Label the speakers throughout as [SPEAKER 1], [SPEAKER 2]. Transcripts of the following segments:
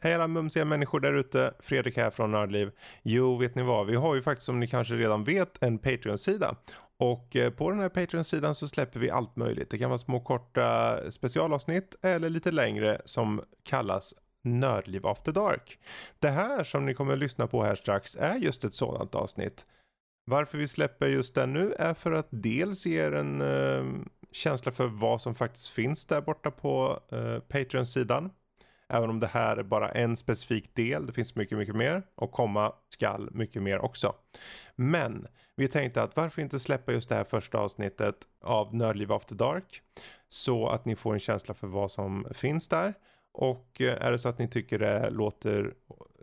[SPEAKER 1] Hej alla mumsiga människor där ute. Fredrik här från Nördliv. Jo, vet ni vad? Vi har ju faktiskt som ni kanske redan vet en Patreon-sida. Och eh, på den här Patreon-sidan så släpper vi allt möjligt. Det kan vara små korta specialavsnitt eller lite längre som kallas Nördliv After Dark. Det här som ni kommer att lyssna på här strax är just ett sådant avsnitt. Varför vi släpper just den nu är för att dels ge er en eh, känsla för vad som faktiskt finns där borta på eh, Patreon-sidan. Även om det här är bara en specifik del, det finns mycket, mycket mer och komma skall mycket mer också. Men vi tänkte att varför inte släppa just det här första avsnittet av Nördliv After Dark så att ni får en känsla för vad som finns där. Och eh, är det så att ni tycker det låter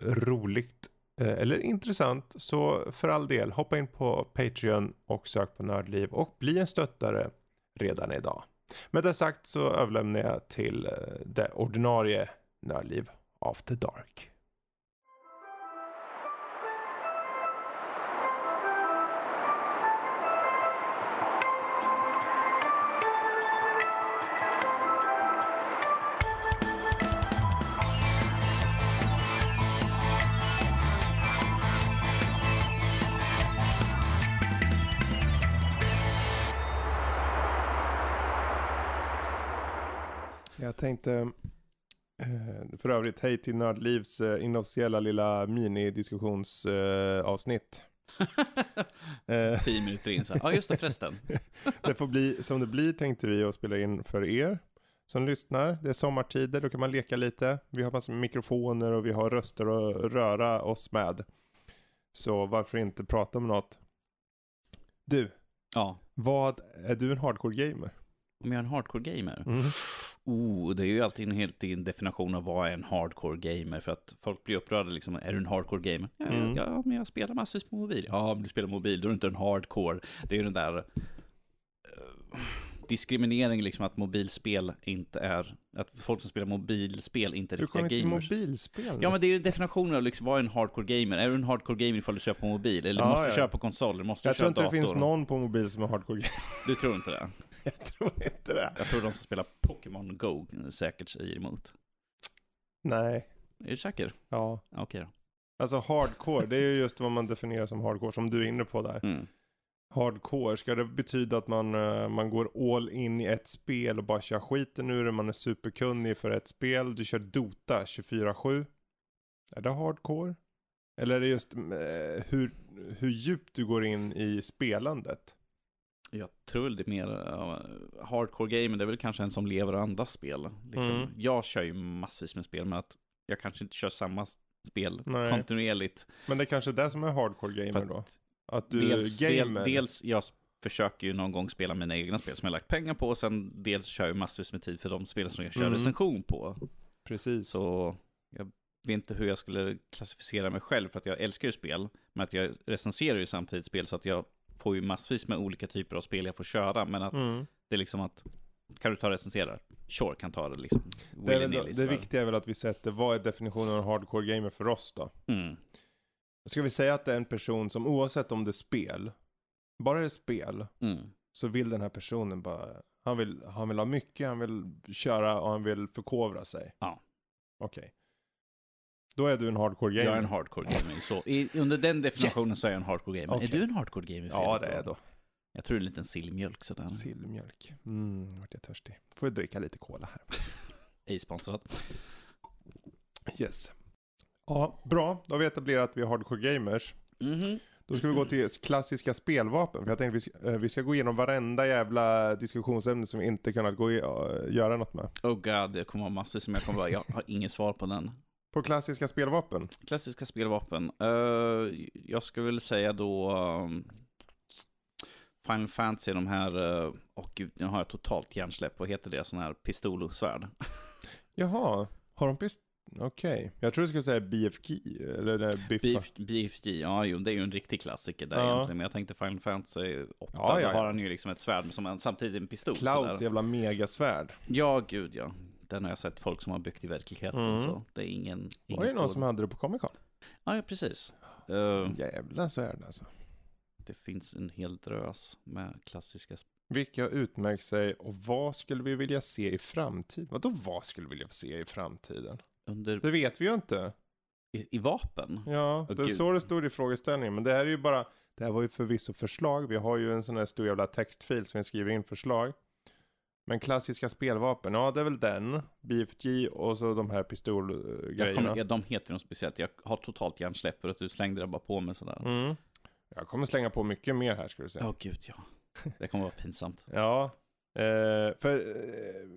[SPEAKER 1] roligt eh, eller intressant så för all del hoppa in på Patreon och sök på Nördliv och bli en stöttare redan idag. Med det sagt så överlämnar jag till eh, det ordinarie Nördliv After Dark. Jag tänkte eh, för övrigt hej till Nördlivs eh, inofficiella lilla minidiskussionsavsnitt. Eh,
[SPEAKER 2] Tio minuter in så här. Ja, just det förresten.
[SPEAKER 1] det får bli som det blir tänkte vi och spela in för er som lyssnar. Det är sommartider, då kan man leka lite. Vi har massor med mikrofoner och vi har röster att röra oss med. Så varför inte prata om något? Du,
[SPEAKER 2] Ja,
[SPEAKER 1] vad, är du en hardcore gamer?
[SPEAKER 2] om jag är en hardcore gamer.
[SPEAKER 1] Mm.
[SPEAKER 2] Oh, det är ju alltid en helt egen definition av vad är en hardcore gamer. För att folk blir upprörda liksom. Är du en hardcore gamer? Ja,
[SPEAKER 1] Mm.
[SPEAKER 2] ja men jag spelar massvis på mobil. Ja, men du spelar mobil, då är du inte en hardcore. Det är ju den där eh, diskriminering liksom att mobilspel inte är, att folk som spelar mobilspel inte är
[SPEAKER 1] Du
[SPEAKER 2] riktiga
[SPEAKER 1] kommer till
[SPEAKER 2] gamers.
[SPEAKER 1] mobilspel? nu.
[SPEAKER 2] Ja men det är ju definitionen av liksom, vad är en hardcore gamer? Är du en hardcore gamer ifall du kör på mobil? Eller
[SPEAKER 1] Ja,
[SPEAKER 2] måste du
[SPEAKER 1] ja.
[SPEAKER 2] köra på konsol? Eller måste du
[SPEAKER 1] jag tror
[SPEAKER 2] köra
[SPEAKER 1] inte
[SPEAKER 2] dator?
[SPEAKER 1] det finns någon på mobil som är hardcore gamer.
[SPEAKER 2] Du tror inte det?
[SPEAKER 1] Jag tror inte det.
[SPEAKER 2] Jag tror de som spelar Pokémon Go säkert säger emot.
[SPEAKER 1] Nej.
[SPEAKER 2] Är du säker?
[SPEAKER 1] Ja.
[SPEAKER 2] Ja, Okej då.
[SPEAKER 1] Alltså hardcore, det är ju just vad man definierar som hardcore, som du är inne på där.
[SPEAKER 2] Mm.
[SPEAKER 1] Hardcore, ska det betyda att man, eh, man går all in i ett spel och bara kör skiten ur det, man är superkunnig för ett spel, du kör Dota 24-7? Är det hardcore? Eller är det just mm, eh, hur, hur djupt du går in i spelandet?
[SPEAKER 2] Jag tror väl det är mer ja, hardcore game, men det är väl kanske en som lever och andas spel. Liksom.
[SPEAKER 1] Mm.
[SPEAKER 2] Jag kör ju massvis med spel, men att jag kanske inte kör samma spel
[SPEAKER 1] Nej.
[SPEAKER 2] kontinuerligt.
[SPEAKER 1] Men det är kanske är det som är hardcore
[SPEAKER 2] För
[SPEAKER 1] gamer
[SPEAKER 2] att
[SPEAKER 1] då? Att du
[SPEAKER 2] dels, del,
[SPEAKER 1] gamer?
[SPEAKER 2] dels jag försöker ju någon gång spela mina egna spel som jag lagt pengar på, och sen dels kör jag massvis med tid för de spel som jag kör
[SPEAKER 1] Mm.
[SPEAKER 2] recension på.
[SPEAKER 1] Precis.
[SPEAKER 2] Så jag vet inte hur jag skulle klassificera mig själv för att jag älskar ju spel. Men att jag recenserar ju samtidigt spel så att jag får ju massvis med olika typer av spel jag får köra. Men att
[SPEAKER 1] Mm.
[SPEAKER 2] det är liksom att, kan du ta och recensera? Sure, kan ta det liksom.
[SPEAKER 1] Det, är väl,
[SPEAKER 2] Willy
[SPEAKER 1] då-
[SPEAKER 2] nilly,
[SPEAKER 1] det
[SPEAKER 2] sådär.
[SPEAKER 1] viktiga är väl att vi sätter, vad är definitionen av hardcore gamer för oss då?
[SPEAKER 2] Mm.
[SPEAKER 1] Ska vi säga att det är en person som oavsett om det är spel, bara det är spel,
[SPEAKER 2] Mm.
[SPEAKER 1] så vill den här personen bara, han vill, han vill ha mycket, han vill köra och han vill förkovra sig.
[SPEAKER 2] Ja.
[SPEAKER 1] Okej. Då är du en hardcore gamer.
[SPEAKER 2] Jag är en hardcore gamer. Så i, under den definitionen så är jag en hardcore gamer.
[SPEAKER 1] Okej.
[SPEAKER 2] Är du en hardcore gamer?
[SPEAKER 1] Ja, det
[SPEAKER 2] Fredrik,
[SPEAKER 1] är jag
[SPEAKER 2] då?
[SPEAKER 1] då.
[SPEAKER 2] Jag tror det är en liten sillmjölk sådär.
[SPEAKER 1] Sillmjölk. Mm, nu vart jag törstig. Får jag dricka lite cola här.
[SPEAKER 2] Ej sponsrat.
[SPEAKER 1] Yes. Ja, bra. Då har vi etablerat att vi är hardcore gamers.
[SPEAKER 2] Mhm.
[SPEAKER 1] Då ska vi gå till klassiska spelvapen. För jag tänkte vi ska, eh, vi ska gå igenom varenda jävla diskussionsämne som vi inte kunnat gå i, eh, göra något med.
[SPEAKER 2] Oh god, det kommer vara massvis som jag kommer vara. Jag har inget svar på den.
[SPEAKER 1] På klassiska spelvapen.
[SPEAKER 2] Klassiska spelvapen. Eh, jag skulle väl säga då um, Final Fantasy, de här, eh, och gud, nu har jag totalt hjärnsläpp, vad heter det, sån här pistol och svärd?
[SPEAKER 1] Jaha, har de pist... Okej. Jag tror du skulle säga BFG, eller eh, nej, Biffa.
[SPEAKER 2] BF- BFG, ja jo, det är ju en riktig klassiker där
[SPEAKER 1] Ja.
[SPEAKER 2] egentligen, men jag tänkte Final Fantasy 8,
[SPEAKER 1] Ja, ja,
[SPEAKER 2] då
[SPEAKER 1] ja.
[SPEAKER 2] har han ju liksom ett svärd som är samtidigt en pistol.
[SPEAKER 1] Clouds
[SPEAKER 2] sådär.
[SPEAKER 1] jävla megasvärd.
[SPEAKER 2] Ja, gud ja. Den har jag sett folk som har byggt i verkligheten,
[SPEAKER 1] Mm.
[SPEAKER 2] så det är ingen...
[SPEAKER 1] Det var ju
[SPEAKER 2] inget
[SPEAKER 1] någon
[SPEAKER 2] ord.
[SPEAKER 1] som hade det på Comic Con.
[SPEAKER 2] Ja, ja, precis. Eh,
[SPEAKER 1] Jävla svärd alltså.
[SPEAKER 2] Det finns en hel drös med klassiska
[SPEAKER 1] Vilka har utmärkt sig och vad skulle vi vilja se i framtiden? Vadå vad skulle vi vilja se i framtiden?
[SPEAKER 2] Under,
[SPEAKER 1] Det vet vi ju inte.
[SPEAKER 2] i, I vapen?
[SPEAKER 1] Ja,
[SPEAKER 2] Åh,
[SPEAKER 1] det är
[SPEAKER 2] gud.
[SPEAKER 1] så det stod i frågeställningen. Men det här är ju bara, det här var ju förvisso förslag. Vi har ju en sån här stor jävla textfil som vi skriver in förslag. Men klassiska spelvapen, ja det är väl den, BFG och så de här eh,
[SPEAKER 2] Jag
[SPEAKER 1] pistolgrejerna.
[SPEAKER 2] kommer, ja, de heter ju något speciellt. Jag har totalt hjärnsläpp för att du slängde det bara på mig sådär. Åh
[SPEAKER 1] Mm. Jag kommer slänga på mycket mer här ska du se.
[SPEAKER 2] gud ja. Det kommer vara pinsamt.
[SPEAKER 1] Ja, eh, för eh,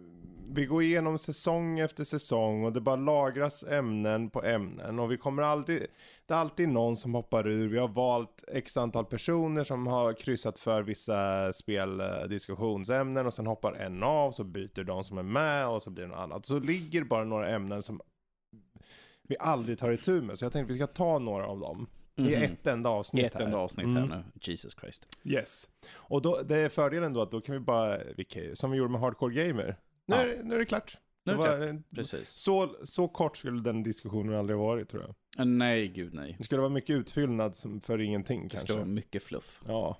[SPEAKER 1] vi går igenom säsong efter säsong och det bara lagras ämnen på ämnen och vi kommer aldrig, det är alltid någon som hoppar ur. Vi har valt x antal personer som har kryssat för vissa speldiskussionsämnen och sen hoppar en av så byter de som är med och så blir det något annat. Så ligger bara några ämnen som vi aldrig tar itu med. Så jag tänkte vi ska ta några av dem. I
[SPEAKER 2] Mhm.
[SPEAKER 1] ett enda
[SPEAKER 2] I
[SPEAKER 1] avsnitt
[SPEAKER 2] ett enda avsnitt
[SPEAKER 1] Mm.
[SPEAKER 2] här nu. Jesus Christ.
[SPEAKER 1] Yes. Och då, det är fördelen då att då kan vi bara, vi kan, ju- som vi gjorde med Hardcore Gamer. Nu,
[SPEAKER 2] Ja.
[SPEAKER 1] är, det- nu är det klart.
[SPEAKER 2] Nu är
[SPEAKER 1] Det
[SPEAKER 2] det
[SPEAKER 1] var-
[SPEAKER 2] klart. Precis.
[SPEAKER 1] så, så kort skulle den diskussionen aldrig varit tror jag.
[SPEAKER 2] Eh, Nej, gud nej.
[SPEAKER 1] Det skulle vara mycket utfyllnad som för ingenting
[SPEAKER 2] Det ska vara
[SPEAKER 1] kanske.
[SPEAKER 2] mycket fluff.
[SPEAKER 1] Ja.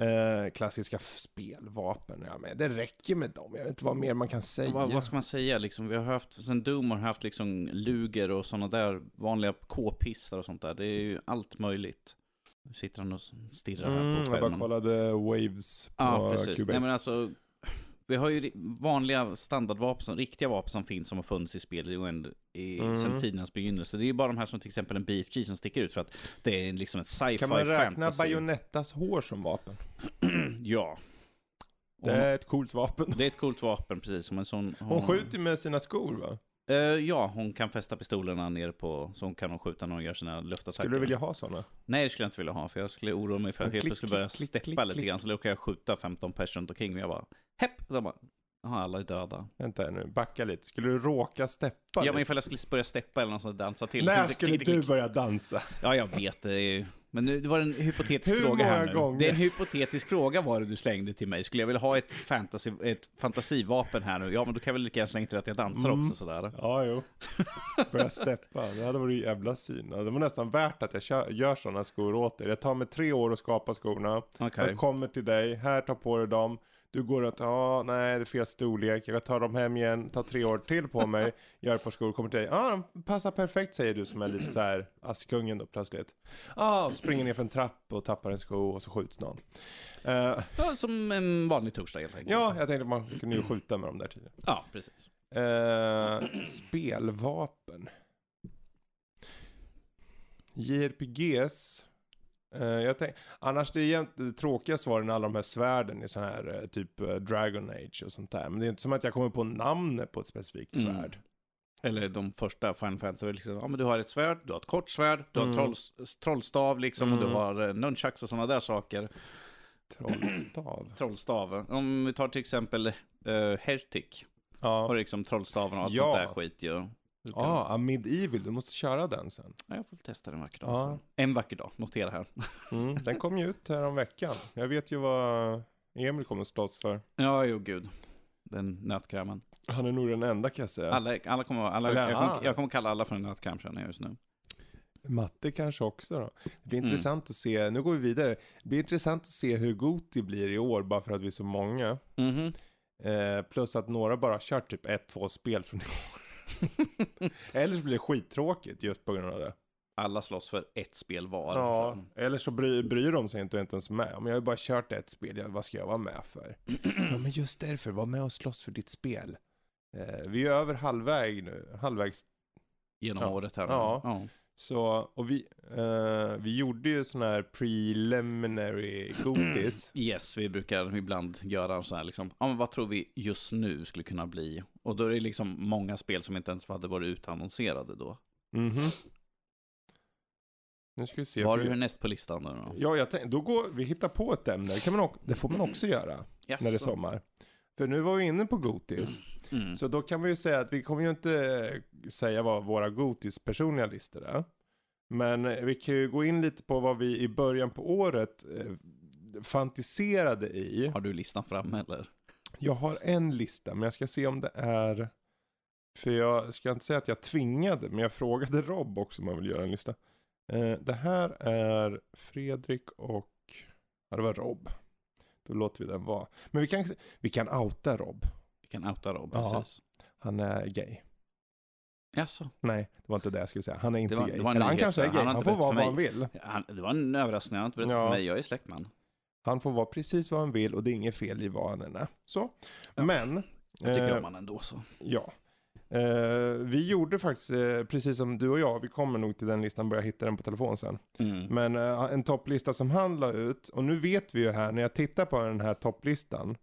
[SPEAKER 1] Eh, klassiska f- spelvapen, ja, men det räcker med dem. Jag vet inte vad mer man kan säga.
[SPEAKER 2] Vad, vad ska man säga liksom? Vi har haft, sen Doom har haft liksom luger och sådana där vanliga k-pistar och sånt där. Det är ju allt möjligt. Nu sitter han och stirrar här
[SPEAKER 1] mm,
[SPEAKER 2] på
[SPEAKER 1] jag bara
[SPEAKER 2] skärmen.
[SPEAKER 1] kollade Waves på
[SPEAKER 2] Ja, precis.
[SPEAKER 1] Cubase.
[SPEAKER 2] Nej, men alltså, vi har ju ri- vanliga standardvapen, som- riktiga vapen som finns som har funnits i spel i, oänd- i
[SPEAKER 1] Mm.
[SPEAKER 2] sen tidernas begynnelse. Det är ju bara de här som till exempel en BFG som sticker ut för att det är liksom en sci-fi
[SPEAKER 1] kan man räkna
[SPEAKER 2] fantasy.
[SPEAKER 1] Bajonettas hår som vapen?
[SPEAKER 2] ja.
[SPEAKER 1] Det är ett coolt vapen.
[SPEAKER 2] det är ett coolt vapen, precis. Som en sån,
[SPEAKER 1] Hon skjuter med sina skor va?
[SPEAKER 2] Eh, ja, hon kan fästa pistolerna nere på, så hon kan hon skjuta när hon gör sina luftattacker.
[SPEAKER 1] Skulle du vilja ha sådana?
[SPEAKER 2] Nej, det skulle jag inte vilja ha, för jag skulle oroa mig för att
[SPEAKER 1] Men
[SPEAKER 2] helt
[SPEAKER 1] klick,
[SPEAKER 2] plötsligt skulle börja
[SPEAKER 1] klick, klick,
[SPEAKER 2] steppa
[SPEAKER 1] klick,
[SPEAKER 2] lite
[SPEAKER 1] klick.
[SPEAKER 2] grann, så då kan jag skjuta 15 personer runt omkring mig. Jag bara, hepp! De bara, jaha, alla är döda.
[SPEAKER 1] Vänta här nu, backa lite. Skulle du råka steppa?
[SPEAKER 2] Ja, men
[SPEAKER 1] lite?
[SPEAKER 2] ifall jag skulle börja steppa eller något sånt, dansa till.
[SPEAKER 1] När
[SPEAKER 2] sen så
[SPEAKER 1] skulle
[SPEAKER 2] klick, klick,
[SPEAKER 1] du
[SPEAKER 2] klick.
[SPEAKER 1] börja dansa?
[SPEAKER 2] Ja, jag vet det. är ju- Men nu det var en hypotetisk
[SPEAKER 1] Hur
[SPEAKER 2] fråga
[SPEAKER 1] många
[SPEAKER 2] här nu.
[SPEAKER 1] gånger?
[SPEAKER 2] Det är en hypotetisk fråga var det du slängde till mig. Skulle jag vilja ha ett, fantasy, ett fantasivapen här nu? Ja, men då kan jag väl lika gärna slänga till att jag dansar
[SPEAKER 1] Mm.
[SPEAKER 2] också sådär.
[SPEAKER 1] Ja, jo. Börja steppa. Det hade varit jävla syn. Ja, Det var nästan värt att jag kö- gör sådana skor åt dig. Det tar mig tre år att skapa skorna.
[SPEAKER 2] Okej.
[SPEAKER 1] Jag kommer till dig, här, ta på dig dem. Du går och ja, ah, nej, det är fel storlek. Jag tar dem hem igen, tar tre år till på mig, gör ett par skor, kommer till dig. Ja, ah, de passar perfekt, säger du som är lite så här Askungen då plötsligt. Ja, ah, springer ner för en trapp och tappar en sko och så skjuts någon. Eh,
[SPEAKER 2] Ja, som en vanlig torsdag helt enkelt.
[SPEAKER 1] Ja, jag tänkte att man kunde ju skjuta med dem där tiden.
[SPEAKER 2] ja precis.
[SPEAKER 1] Eh, spelvapen. JRPGs. Eh, jag tänk, annars det är jämt, det tråkiga svaren är alla de här svärden i sån här eh, typ eh, Dragon Age och sånt där. Men det är inte som att jag kommer på namnet på ett specifikt
[SPEAKER 2] Mm.
[SPEAKER 1] svärd.
[SPEAKER 2] Eller de första Final Fantasy, var liksom, ja men du har ett svärd, du har ett kort svärd, du har
[SPEAKER 1] Mm.
[SPEAKER 2] en trolls, trollstav liksom, och du
[SPEAKER 1] Mm.
[SPEAKER 2] har eh, nunchucks och sådana där saker.
[SPEAKER 1] Trollstav.
[SPEAKER 2] Trollstav. Om vi tar till exempel uh, Hertic, har
[SPEAKER 1] ja,
[SPEAKER 2] du liksom trollstaven och allt
[SPEAKER 1] Ja.
[SPEAKER 2] sånt där skit ju. Du kan-
[SPEAKER 1] ah, A Medieval, du måste köra den sen.
[SPEAKER 2] Ja, jag får väl testa den en vacker dag.
[SPEAKER 1] Ja.
[SPEAKER 2] sen. En vacker dag, notera här.
[SPEAKER 1] Mm, den kom ju ut här om veckan. Jag vet ju vad Emil kommer slåss för.
[SPEAKER 2] Ja, jo gud. Den nötkrämen.
[SPEAKER 1] Han är nog den enda kan jag säga.
[SPEAKER 2] Alla, alla kommer, vara- alla,
[SPEAKER 1] Eller,
[SPEAKER 2] jag,
[SPEAKER 1] ah.
[SPEAKER 2] kommer, jag kommer kalla alla för en nötkräm känner jag just nu.
[SPEAKER 1] Matte kanske också då. Det blir
[SPEAKER 2] Mm.
[SPEAKER 1] intressant att se, nu går vi vidare. Det blir intressant att se hur Goti blir i år bara för att vi är så många.
[SPEAKER 2] Mhm.
[SPEAKER 1] Eh, plus att några bara kör typ ett, två spel från i år. Eller så blir det skittråkigt just på grund av det.
[SPEAKER 2] Alla slåss för ett spel var. liksom,
[SPEAKER 1] Ja, eller så bryr, bryr de sig inte och inte ens med. Om jag har ju bara kört ett spel, ja, vad ska jag vara med för? Ja, men just därför, var med och slåss för ditt spel. Eh, vi är över halvväg nu, halvvägs
[SPEAKER 2] Genom
[SPEAKER 1] Ja.
[SPEAKER 2] året här.
[SPEAKER 1] Ja.
[SPEAKER 2] ja.
[SPEAKER 1] Så, och vi, eh, vi gjorde ju sån här preliminary godis.
[SPEAKER 2] Yes, vi brukar ibland göra så här liksom, ja men vad tror vi just nu skulle kunna bli? Och då är det liksom många spel som inte ens hade varit utannonserade då.
[SPEAKER 1] Mhm. Nu ska vi se.
[SPEAKER 2] Mm. Var
[SPEAKER 1] för-
[SPEAKER 2] är du näst på listan nu då?
[SPEAKER 1] Ja, jag tänkte, då går vi hittar på ett ämne. Det, kan man också, det får man också göra när det är
[SPEAKER 2] Jaså.
[SPEAKER 1] sommar. För nu var vi inne på godis.
[SPEAKER 2] Alltså. Mm.
[SPEAKER 1] Så då kan vi ju säga att vi kommer ju inte eh, säga vad våra godis personliga listor är. Men eh, vi kan ju gå in lite på vad vi i början på året eh, fantiserade i.
[SPEAKER 2] Har du listan framme eller?
[SPEAKER 1] Jag har en lista, men jag ska se om det är... För jag ska inte säga att jag tvingade, men jag frågade Rob också om han vill göra en lista. Eh, det här är Fredrik och... Ja, det var Rob. Då låter vi den vara. Men vi kan, vi kan outa Rob.
[SPEAKER 2] Vi kan outa Rob,
[SPEAKER 1] Ja.
[SPEAKER 2] precis.
[SPEAKER 1] Han är gay.
[SPEAKER 2] Jaså?
[SPEAKER 1] Nej, det var inte det jag skulle säga. Han är inte
[SPEAKER 2] var- det
[SPEAKER 1] gay.
[SPEAKER 2] var en
[SPEAKER 1] Eller han
[SPEAKER 2] nyhet
[SPEAKER 1] kanske
[SPEAKER 2] för-
[SPEAKER 1] är gay.
[SPEAKER 2] han har
[SPEAKER 1] Han,
[SPEAKER 2] inte
[SPEAKER 1] får
[SPEAKER 2] berättat
[SPEAKER 1] vara
[SPEAKER 2] för
[SPEAKER 1] vad han vill.
[SPEAKER 2] Han, det var en överraskning, han har inte berättat
[SPEAKER 1] Ja.
[SPEAKER 2] för mig. Jag är släkt med han.
[SPEAKER 1] Han får vara precis vad han vill och det är inget fel i vad han än är. Så. Men.
[SPEAKER 2] Jag tycker
[SPEAKER 1] eh,
[SPEAKER 2] om han ändå så.
[SPEAKER 1] Ja. Eh, vi gjorde faktiskt, eh, precis som du och jag, vi kommer nog till den listan, börja hitta den på telefon sen.
[SPEAKER 2] Mm.
[SPEAKER 1] Men eh, en topplista som han la ut, och nu vet vi ju här, när jag tittar på den här topplistan,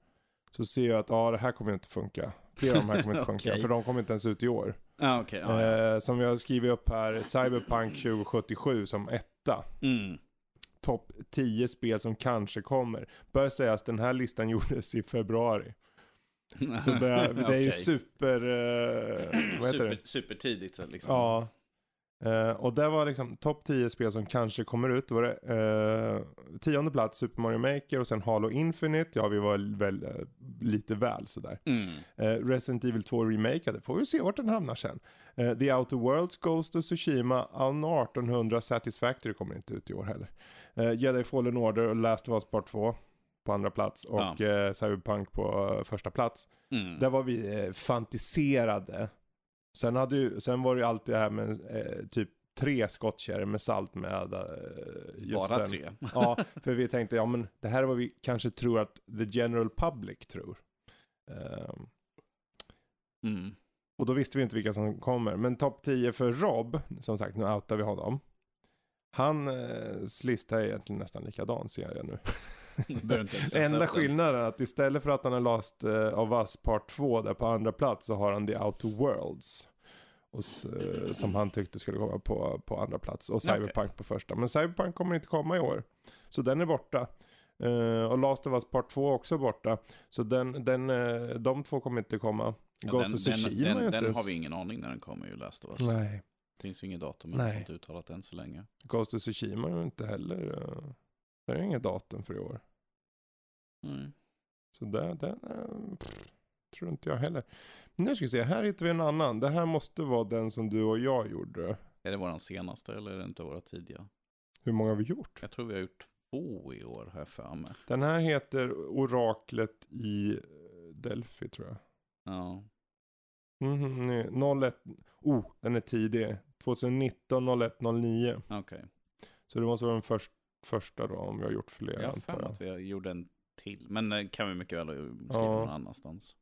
[SPEAKER 1] så ser jag att ja, det här kommer inte funka. Flera av de här kommer inte funka,
[SPEAKER 2] Okej.
[SPEAKER 1] för de kommer inte ens ut i år.
[SPEAKER 2] Ja, Ah, okej. ja, ja.
[SPEAKER 1] Eh, som jag har skrivit upp här, Cyberpunk 2077 som etta.
[SPEAKER 2] Mm.
[SPEAKER 1] Topp 10 spel som kanske kommer. Bör sägas, den här listan gjordes i februari. Så det, det är ju
[SPEAKER 2] Okej.
[SPEAKER 1] super... Eh, vad heter det?
[SPEAKER 2] Super, supertidigt så liksom.
[SPEAKER 1] Ja. Eh, och det var liksom topp 10 spel som kanske kommer ut. Då var det eh, tionde plats Super Mario Maker och sen Halo Infinite. Ja, vi var väl eh, lite väl sådär.
[SPEAKER 2] Mm.
[SPEAKER 1] Eh, Resident Evil 2 Remake, ja, det får vi se vart den hamnar sen. Eh, The Outer Worlds, Ghost of Tsushima, Anno 1800, Satisfactory kommer inte ut i år heller. Eh, Jedi Fallen Order och Last of Us Part 2 på andra plats och eh, Cyberpunk på eh, första plats.
[SPEAKER 2] Mm.
[SPEAKER 1] Där var vi eh, fantiserade. Sen, hade ju, sen var det ju alltid det här med eh, typ tre skottkärror med salt med eh, just
[SPEAKER 2] Bara
[SPEAKER 1] den.
[SPEAKER 2] tre.
[SPEAKER 1] Ja, för vi tänkte, ja men det här är vad vi kanske tror att the general public tror. Ehm,
[SPEAKER 2] Mm.
[SPEAKER 1] och då visste vi inte vilka som kommer. Men topp 10 för Rob, som sagt, nu outar vi honom. Hans lista är egentligen nästan likadan ser jag nu.
[SPEAKER 2] Behöver inte ens läsa
[SPEAKER 1] Enda
[SPEAKER 2] upp den.
[SPEAKER 1] skillnaden är att istället för att han har Last eh, of Us Part 2 där på andra plats så har han The Outer Worlds. Och, s- eh, som han tyckte skulle komma på, på andra plats. Och
[SPEAKER 2] Okej.
[SPEAKER 1] Cyberpunk på första. Men Cyberpunk kommer inte komma i år. Så den är borta. Eh, och Last of Us Part 2 är också borta. Så den, den, eh, de två kommer inte komma.
[SPEAKER 2] Ja,
[SPEAKER 1] Ghost
[SPEAKER 2] den-
[SPEAKER 1] of Tsushima
[SPEAKER 2] den,
[SPEAKER 1] är ju
[SPEAKER 2] den,
[SPEAKER 1] inte
[SPEAKER 2] den har
[SPEAKER 1] ens...
[SPEAKER 2] vi ingen aning när den kommer ju läst oss.
[SPEAKER 1] Nej.
[SPEAKER 2] Det finns ju inget datum
[SPEAKER 1] Nej.
[SPEAKER 2] eller sånt uttalat än så länge.
[SPEAKER 1] Ghost of Tsushima är ju inte heller... eh, Det är ju inget datum för i år.
[SPEAKER 2] Nej.
[SPEAKER 1] Så där, där eh, pff, tror inte jag heller. Nu ska vi se, här hittar vi en annan. Det här måste vara den som du och jag gjorde.
[SPEAKER 2] Är det våran senaste eller är det inte våra tidiga?
[SPEAKER 1] Hur många har vi gjort?
[SPEAKER 2] Jag tror vi har gjort två i år har jag för mig.
[SPEAKER 1] Den här heter Oraklet i eh, Delphi tror jag.
[SPEAKER 2] Ja.
[SPEAKER 1] Mhm, nej, 01, oh den är tidig. 2019 0109.
[SPEAKER 2] Okej.
[SPEAKER 1] Så det måste vara den först, första då om vi har gjort fler
[SPEAKER 2] Jag har
[SPEAKER 1] antar
[SPEAKER 2] för mig
[SPEAKER 1] jag.
[SPEAKER 2] att vi gjorde en till. Men eh, kan vi mycket väl ha skrivit
[SPEAKER 1] Ja.
[SPEAKER 2] någon annanstans.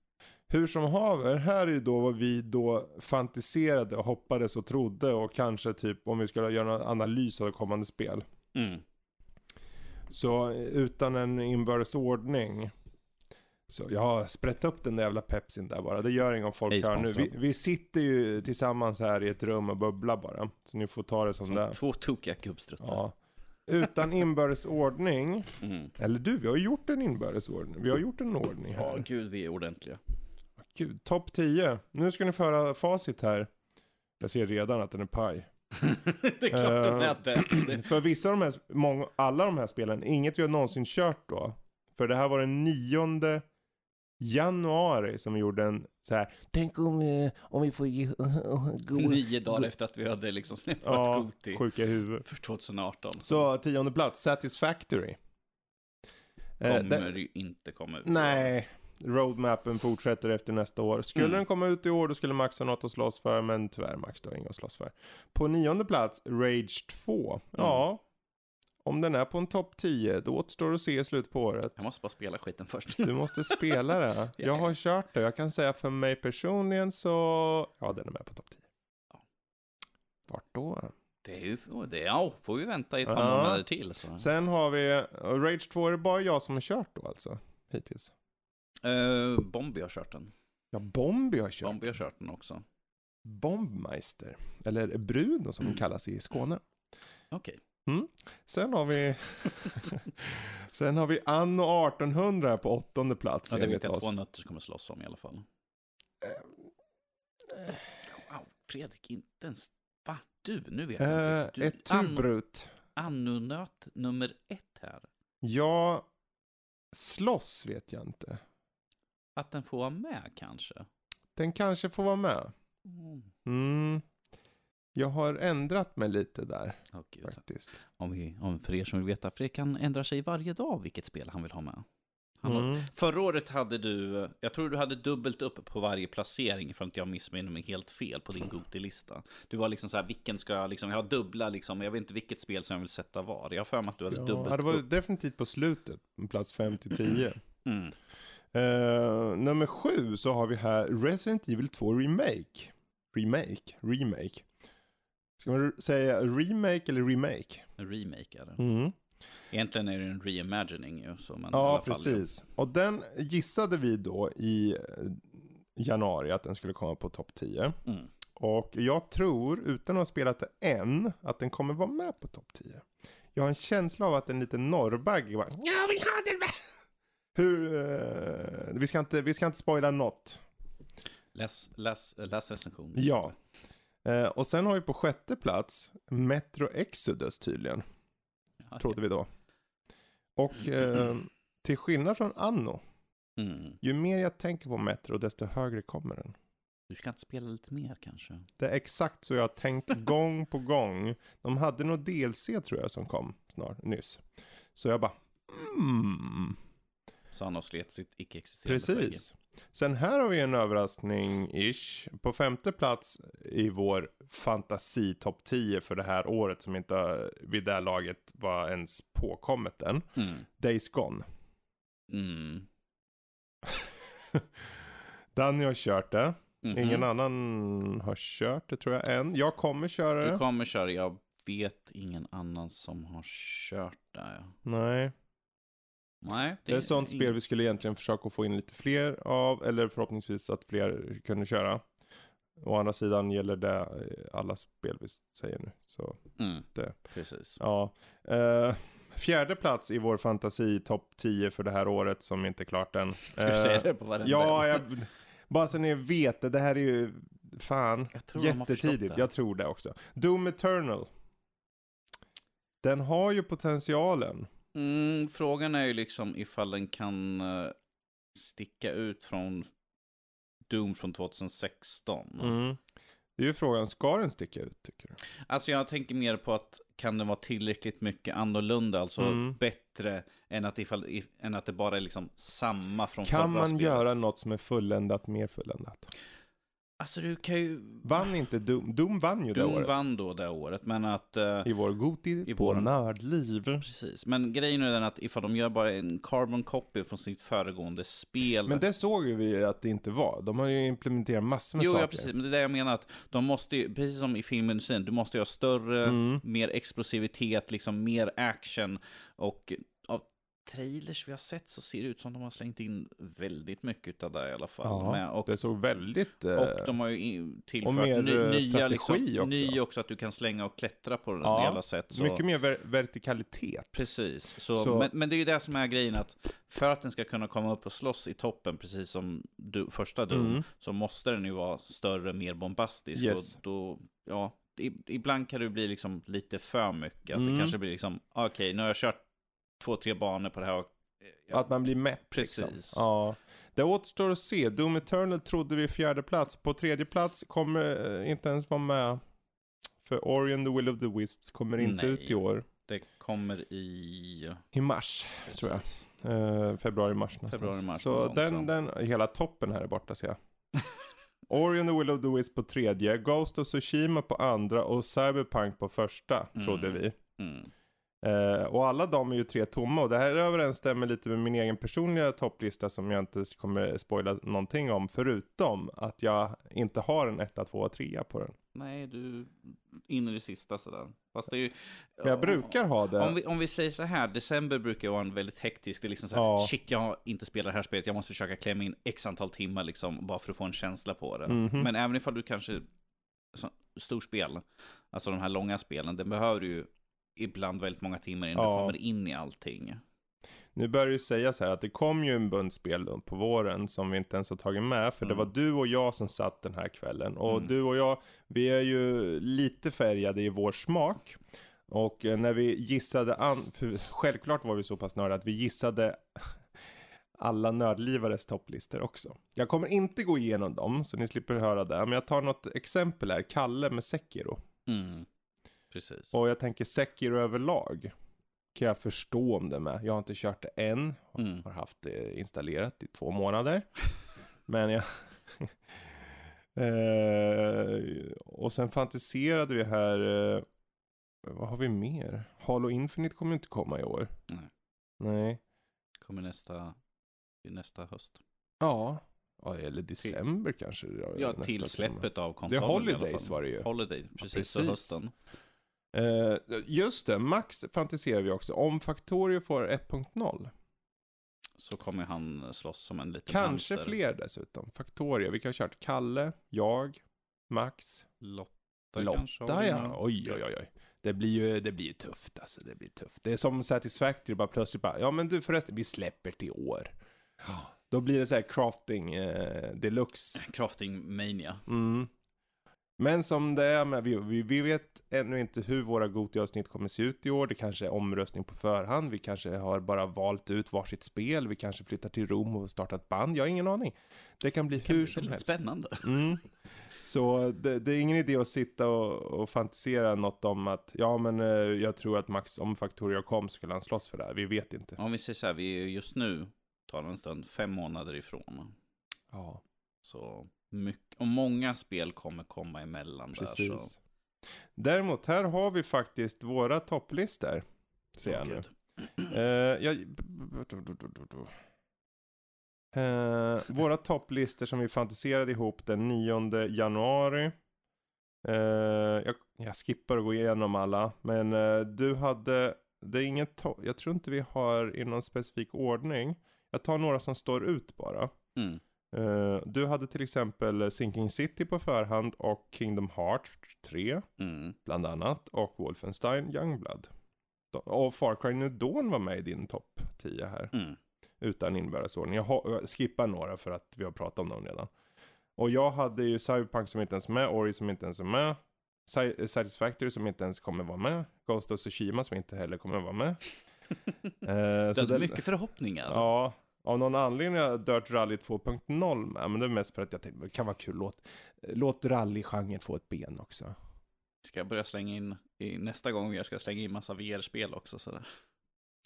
[SPEAKER 1] Hur som haver, här är ju då vad vi då fantiserade och hoppades och trodde och kanske typ om vi skulle göra en analys av kommande spel.
[SPEAKER 2] Mm.
[SPEAKER 1] Så eh, utan en inbördes ordning. Så jag har sprätt upp den där jävla pepsin där bara. Det gör inget om folk
[SPEAKER 2] Ej
[SPEAKER 1] hör nu. Vi,
[SPEAKER 2] sponsrad.
[SPEAKER 1] vi sitter ju tillsammans här i ett rum och bubblar bara. Så ni får ta det som det
[SPEAKER 2] Som
[SPEAKER 1] är.
[SPEAKER 2] två tokiga gubbstruttar.
[SPEAKER 1] Ja. Utan inbördes ordning.
[SPEAKER 2] Mm.
[SPEAKER 1] Eller du, vi har ju gjort en inbördes ordning. Vi har gjort en ordning
[SPEAKER 2] Ja,
[SPEAKER 1] här.
[SPEAKER 2] gud vi är ordentliga.
[SPEAKER 1] Gud, topp 10. Nu ska ni föra facit här. Jag ser redan att den är paj.
[SPEAKER 2] det är klart
[SPEAKER 1] Eh,
[SPEAKER 2] den är det. det.
[SPEAKER 1] För vissa av de här, många, alla de här spelen, inget vi har någonsin kört då. För det här var den 9 januari som vi gjorde en så här. Tänk om, eh, om vi får ge...
[SPEAKER 2] Nio dagar efter att vi hade liksom snett vårt
[SPEAKER 1] Ja,
[SPEAKER 2] ja, till
[SPEAKER 1] sjuka i huvudet.
[SPEAKER 2] för 2018.
[SPEAKER 1] Så eh, tionde plats, Satisfactory. Eh,
[SPEAKER 2] kommer
[SPEAKER 1] den-
[SPEAKER 2] ju inte komma ut.
[SPEAKER 1] nej, roadmappen fortsätter efter nästa år. Skulle
[SPEAKER 2] Mm.
[SPEAKER 1] den komma ut i år då skulle Max ha något att slåss för, men tyvärr Max, du har inget att slåss för. På nionde plats, Rage 2.
[SPEAKER 2] Mm.
[SPEAKER 1] Ja, om den är på en topp 10, då återstår att se i slutet på året.
[SPEAKER 2] Jag måste bara spela skiten först.
[SPEAKER 1] Du måste spela det. Jag har kört det. Jag kan säga för mig personligen så... Ja, den är med på topp 10.
[SPEAKER 2] Ja.
[SPEAKER 1] Vart då?
[SPEAKER 2] Det är ju, det, ja, får vi vänta i ett par
[SPEAKER 1] Ja.
[SPEAKER 2] månader till. Så.
[SPEAKER 1] Sen har vi... och Rage 2 är det bara jag som har kört då alltså? Hittills.
[SPEAKER 2] Eh, Bombi har kört den.
[SPEAKER 1] Ja, Bombi har kört.
[SPEAKER 2] Bombi har kört den också.
[SPEAKER 1] Bombmeister. Eller Bruno
[SPEAKER 2] Mm.
[SPEAKER 1] som de kallas i Skåne.
[SPEAKER 2] Okej.
[SPEAKER 1] Sen har vi... Sen har vi Anno 1800 på åttonde plats.
[SPEAKER 2] Ja, det
[SPEAKER 1] enligt
[SPEAKER 2] vet jag
[SPEAKER 1] oss.
[SPEAKER 2] två nötter kommer slåss om i alla fall. Wow, Fredrik, inte ens... Va? Du, nu vet jag
[SPEAKER 1] Eh,
[SPEAKER 2] inte. riktigt.
[SPEAKER 1] ett
[SPEAKER 2] Du, an,
[SPEAKER 1] tubrut.
[SPEAKER 2] Annonöt nummer ett här.
[SPEAKER 1] Ja, slåss vet jag inte.
[SPEAKER 2] Att den får vara med kanske.
[SPEAKER 1] Den kanske får vara med.
[SPEAKER 2] Mm.
[SPEAKER 1] Mm. Jag har ändrat mig lite där
[SPEAKER 2] Åh, gud.
[SPEAKER 1] faktiskt.
[SPEAKER 2] Om, vi, om för er som vill veta, Fredrik kan ändra sig varje dag vilket spel han vill ha med. Han har-
[SPEAKER 1] Mm.
[SPEAKER 2] Förra året hade du, jag tror du hade dubbelt upp på varje placering för att jag missminner mig helt fel på din Gotilista. Du var liksom så här, vilken ska jag liksom, jag har dubbla liksom, jag vet inte vilket spel som jag vill sätta var. Jag har för mig att du hade
[SPEAKER 1] Ja,
[SPEAKER 2] dubbelt
[SPEAKER 1] det var
[SPEAKER 2] upp.
[SPEAKER 1] definitivt på slutet, plats 5 till 10.
[SPEAKER 2] Mm.
[SPEAKER 1] Eh, nummer sju så har vi här Resident Evil 2 Remake. Remake, remake. Ska man re- säga remake eller remake?
[SPEAKER 2] En remake är det.
[SPEAKER 1] Mm.
[SPEAKER 2] Egentligen är det en reimagining ju. Så man, i alla
[SPEAKER 1] Ja,
[SPEAKER 2] fall-
[SPEAKER 1] precis. Och den gissade vi då i eh, januari att den skulle komma på topp 10.
[SPEAKER 2] Mm.
[SPEAKER 1] Och jag tror, utan att ha spelat det än, att den kommer vara med på topp 10. Jag har en känsla av att en liten norrbagge bara Jag vill ha den med! Hur, eh, vi, ska inte, vi ska inte spoila något.
[SPEAKER 2] Läs, läs, läs recensionen.
[SPEAKER 1] Ja. Eh, och sen har vi på sjätte plats Metro Exodus tydligen,
[SPEAKER 2] Ja,
[SPEAKER 1] trodde vi då. Och eh, till skillnad från Anno,
[SPEAKER 2] Mm.
[SPEAKER 1] ju mer jag tänker på Metro desto högre kommer den.
[SPEAKER 2] Du ska inte spela lite mer kanske?
[SPEAKER 1] Det är exakt så jag har tänkt gång på gång. De hade något DLC tror jag som kom snart, nyss. Så jag bara, mm,
[SPEAKER 2] Så han har slet sitt icke-existerande skägg.
[SPEAKER 1] precis. Sen här har vi en överraskning-ish. På femte plats i vår fantasi topp 10 för det här året som inte vid det här laget var ens påkommet än.
[SPEAKER 2] Mm.
[SPEAKER 1] Days Gone.
[SPEAKER 2] Mm.
[SPEAKER 1] Danny har kört det.
[SPEAKER 2] Mhm.
[SPEAKER 1] Ingen annan har kört det tror jag än. Jag kommer köra
[SPEAKER 2] Du
[SPEAKER 1] det.
[SPEAKER 2] kommer köra, jag vet ingen annan som har kört där.
[SPEAKER 1] Nej.
[SPEAKER 2] Nej,
[SPEAKER 1] Det är ett sånt
[SPEAKER 2] ingen-
[SPEAKER 1] spel vi skulle egentligen försöka få in lite fler av, eller förhoppningsvis att fler kunde köra. Å andra sidan gäller det eh, alla spel vi säger nu. Så,
[SPEAKER 2] Mm,
[SPEAKER 1] det.
[SPEAKER 2] precis.
[SPEAKER 1] ja. Eh, fjärde plats i vår fantasi topp 10 för det här året som inte är klart än.
[SPEAKER 2] Ska du säga
[SPEAKER 1] Eh,
[SPEAKER 2] det på varenda?
[SPEAKER 1] Ja,
[SPEAKER 2] en?
[SPEAKER 1] jag, bara så ni vet det, det här är ju fan
[SPEAKER 2] jag tror de har förstått
[SPEAKER 1] jättetidigt.
[SPEAKER 2] det.
[SPEAKER 1] Jag tror det också. Doom Eternal. Den har ju potentialen.
[SPEAKER 2] Mm, frågan är ju liksom ifall den kan eh, sticka ut från Doom från 2016.
[SPEAKER 1] Mm. Det är ju frågan, ska den sticka ut tycker du?
[SPEAKER 2] Alltså jag tänker mer på att kan den vara tillräckligt mycket annorlunda, alltså
[SPEAKER 1] Mm.
[SPEAKER 2] bättre än att, ifall, if, än att det bara är liksom samma från förra
[SPEAKER 1] Kan man
[SPEAKER 2] spelet.
[SPEAKER 1] göra något som är fulländat mer fulländat?
[SPEAKER 2] Alltså du kan ju...
[SPEAKER 1] Vann inte Doom? Doom vann ju det
[SPEAKER 2] Doom
[SPEAKER 1] året.
[SPEAKER 2] vann då det året, men att... eh,
[SPEAKER 1] I vår Goti
[SPEAKER 2] I
[SPEAKER 1] på
[SPEAKER 2] våran.
[SPEAKER 1] Nördliv.
[SPEAKER 2] Precis, men grejen är den att ifall de gör bara en carbon copy från sitt föregående spel.
[SPEAKER 1] Men det såg ju vi att det inte var. De har ju implementerat massor med
[SPEAKER 2] jo,
[SPEAKER 1] saker.
[SPEAKER 2] ja, precis, men det är det jag menar att de måste ju, precis som i filmindustrin, du måste ju ha större,
[SPEAKER 1] Mm.
[SPEAKER 2] mer explosivitet, liksom mer action och av trailers vi har sett så ser det ut som de har slängt in väldigt mycket av det i alla fall.
[SPEAKER 1] Ja,
[SPEAKER 2] med, och,
[SPEAKER 1] Det såg väldigt... eh,
[SPEAKER 2] och de har ju in- tillfört
[SPEAKER 1] mer,
[SPEAKER 2] ny,
[SPEAKER 1] eh,
[SPEAKER 2] nya, liksom,
[SPEAKER 1] strategi också.
[SPEAKER 2] ny också att du kan slänga och klättra på den
[SPEAKER 1] Ja,
[SPEAKER 2] jävla sätt. Så.
[SPEAKER 1] Mycket mer ver- vertikalitet.
[SPEAKER 2] Precis, så,
[SPEAKER 1] Så-
[SPEAKER 2] Men, men det är ju det som är grejen att för att den ska kunna komma upp och slåss i toppen, precis som du, första Doom,
[SPEAKER 1] Mm.
[SPEAKER 2] så måste den ju vara större, mer bombastisk.
[SPEAKER 1] Yes.
[SPEAKER 2] Och då, ja, i, ibland kan det bli liksom lite för mycket. Att
[SPEAKER 1] Mm.
[SPEAKER 2] Det kanske blir liksom, okej, nu har jag kört två, tre banor på det här. Och, eh, ja,
[SPEAKER 1] Att man blir mätt
[SPEAKER 2] Precis.
[SPEAKER 1] liksom. Ja. Det återstår att se. Doom Eternal trodde vi fjärde plats. På tredje plats kommer eh, inte ens vara med. För Ori and the Will of the Wisps kommer inte
[SPEAKER 2] Nej.
[SPEAKER 1] ut i år.
[SPEAKER 2] det kommer i
[SPEAKER 1] I mars, tror jag. Eh, februari, mars någonstans.
[SPEAKER 2] Februari, mars någon
[SPEAKER 1] så den,
[SPEAKER 2] gång,
[SPEAKER 1] den, hela toppen här är borta ser jag. Ori and the Will of the Wisp på tredje, Ghost of Tsushima på andra och Cyberpunk på första, trodde
[SPEAKER 2] Mm.
[SPEAKER 1] vi.
[SPEAKER 2] mm,
[SPEAKER 1] Eh, och alla de är ju tre tomma och det här överensstämmer lite med min egen personliga topplista som jag inte kommer spoila någonting om, förutom att jag inte har en etta, tvåa, trea på den.
[SPEAKER 2] Nej, du in i det sista sådär. Fast det är ju...
[SPEAKER 1] Men jag brukar ha det.
[SPEAKER 2] Om vi, om vi säger så här, december brukar ju vara en väldigt hektisk. Det är liksom så här,
[SPEAKER 1] Ja.
[SPEAKER 2] shit jag har inte spelat det här spelet, jag måste försöka klämma in x antal timmar liksom, bara för att få en känsla på det.
[SPEAKER 1] Mhm.
[SPEAKER 2] Men även ifall du kanske, så, storspel, alltså de här långa spelen, den behöver du ju ibland väldigt många timmar innan
[SPEAKER 1] Ja.
[SPEAKER 2] du kommer in i allting.
[SPEAKER 1] Nu börjar det ju sägas här att det kom ju en bunt spel då på våren som vi inte ens har tagit med. För det
[SPEAKER 2] Mm.
[SPEAKER 1] var du och jag som satt den här kvällen. Och
[SPEAKER 2] Mm.
[SPEAKER 1] du och jag, vi är ju lite färgade i vår smak. Och eh, när vi gissade, an- för självklart var vi så pass nördiga att vi gissade alla nördlivares topplistor också. Jag kommer inte gå igenom dem, så ni slipper höra det. Men jag tar något exempel här, Kalle med Sekiro.
[SPEAKER 2] Mm. Precis.
[SPEAKER 1] Och jag tänker Sekiro överlag. kan jag förstå om det med. Jag har inte kört det än.
[SPEAKER 2] Mm.
[SPEAKER 1] Har haft det installerat i två månader. Men jag... eh, och sen fantiserade vi här... Eh, vad har vi mer? Halo Infinite kommer ju inte komma i år.
[SPEAKER 2] Nej.
[SPEAKER 1] Nej.
[SPEAKER 2] Kommer nästa, i nästa höst.
[SPEAKER 1] Ja. ja eller december kanske. det är
[SPEAKER 2] Ja,
[SPEAKER 1] nästa
[SPEAKER 2] till släppet av
[SPEAKER 1] Det är
[SPEAKER 2] konsolen i alla
[SPEAKER 1] Holidays
[SPEAKER 2] fall.
[SPEAKER 1] var det ju.
[SPEAKER 2] Holiday, precis,
[SPEAKER 1] precis.
[SPEAKER 2] Så hösten.
[SPEAKER 1] Eh, just det, Max fantiserar vi också. Om Factorio får 1.0.
[SPEAKER 2] Så kommer han slåss som en liten
[SPEAKER 1] Kanske
[SPEAKER 2] hamster.
[SPEAKER 1] fler dessutom. Factorio, vilka har kört? Kalle, jag, Max,
[SPEAKER 2] Lotta, kanske,
[SPEAKER 1] Lotta
[SPEAKER 2] har vi
[SPEAKER 1] ja.
[SPEAKER 2] några.
[SPEAKER 1] Oj, oj, oj, oj. Det blir ju det blir ju tufft alltså. Det blir tufft. Det är som Satisfactory bara plötsligt bara, ja men du förresten, vi släpper till år. Då blir det så här crafting eh, deluxe.
[SPEAKER 2] Crafting Mania.
[SPEAKER 1] Mm. Men som det är med, vi, vi, vi vet ännu inte hur våra Gothia-avsnitt kommer se ut i år. Det kanske är omröstning på förhand. Vi kanske har bara valt ut varsitt spel. Vi kanske flyttar till Rom och startar ett band. Jag har ingen aning. Det kan bli
[SPEAKER 2] Det kan
[SPEAKER 1] hur
[SPEAKER 2] bli
[SPEAKER 1] som
[SPEAKER 2] väldigt
[SPEAKER 1] helst.
[SPEAKER 2] Spännande.
[SPEAKER 1] Mm. Så det, det är ingen idé att sitta och, och fantisera något om att ja men eh, jag tror att Max om Factorio kom skulle han slåss för det här. Vi vet inte.
[SPEAKER 2] Om vi säger så här, vi är ju just nu, tar en stund, fem månader ifrån.
[SPEAKER 1] Ja,
[SPEAKER 2] Så mycket, och många spel kommer komma emellan där. Så.
[SPEAKER 1] precis. Däremot här har vi faktiskt våra topplistor. Ser jag
[SPEAKER 2] Åh,
[SPEAKER 1] nu.
[SPEAKER 2] gud.
[SPEAKER 1] Eh, jag... Eh, våra topplistor som vi fantiserade ihop den 9 januari. Eh, jag, jag skippar att gå igenom alla, men eh, du hade, det är inget to- jag tror inte vi har i någon specifik ordning. Jag tar några som står ut bara.
[SPEAKER 2] Mm.
[SPEAKER 1] Eh, du hade till exempel Sinking City på förhand och Kingdom Hearts 3
[SPEAKER 2] Mm.
[SPEAKER 1] bland annat och Wolfenstein Youngblood. De- Och Far Cry New Dawn var med i din topp 10 här,
[SPEAKER 2] Mm.
[SPEAKER 1] utan inbördesordning. Jag, har, jag skippar några för att vi har pratat om dem redan. Och jag hade ju Cyberpunk som inte ens är med, Ori som inte ens är med, Sa- Satisfactory som inte ens kommer vara med, Ghost of Tsushima som inte heller kommer vara med. Eh,
[SPEAKER 2] Du hade
[SPEAKER 1] den-
[SPEAKER 2] mycket förhoppningar.
[SPEAKER 1] Ja, av någon anledning är Dirt Rally 2.0 med, men det är mest för att jag tänkte det kan vara kul, låt, låt rallygenren få ett ben också.
[SPEAKER 2] Ska jag börja slänga in, i, nästa gång jag ska slänga in massa VR-spel också sådär.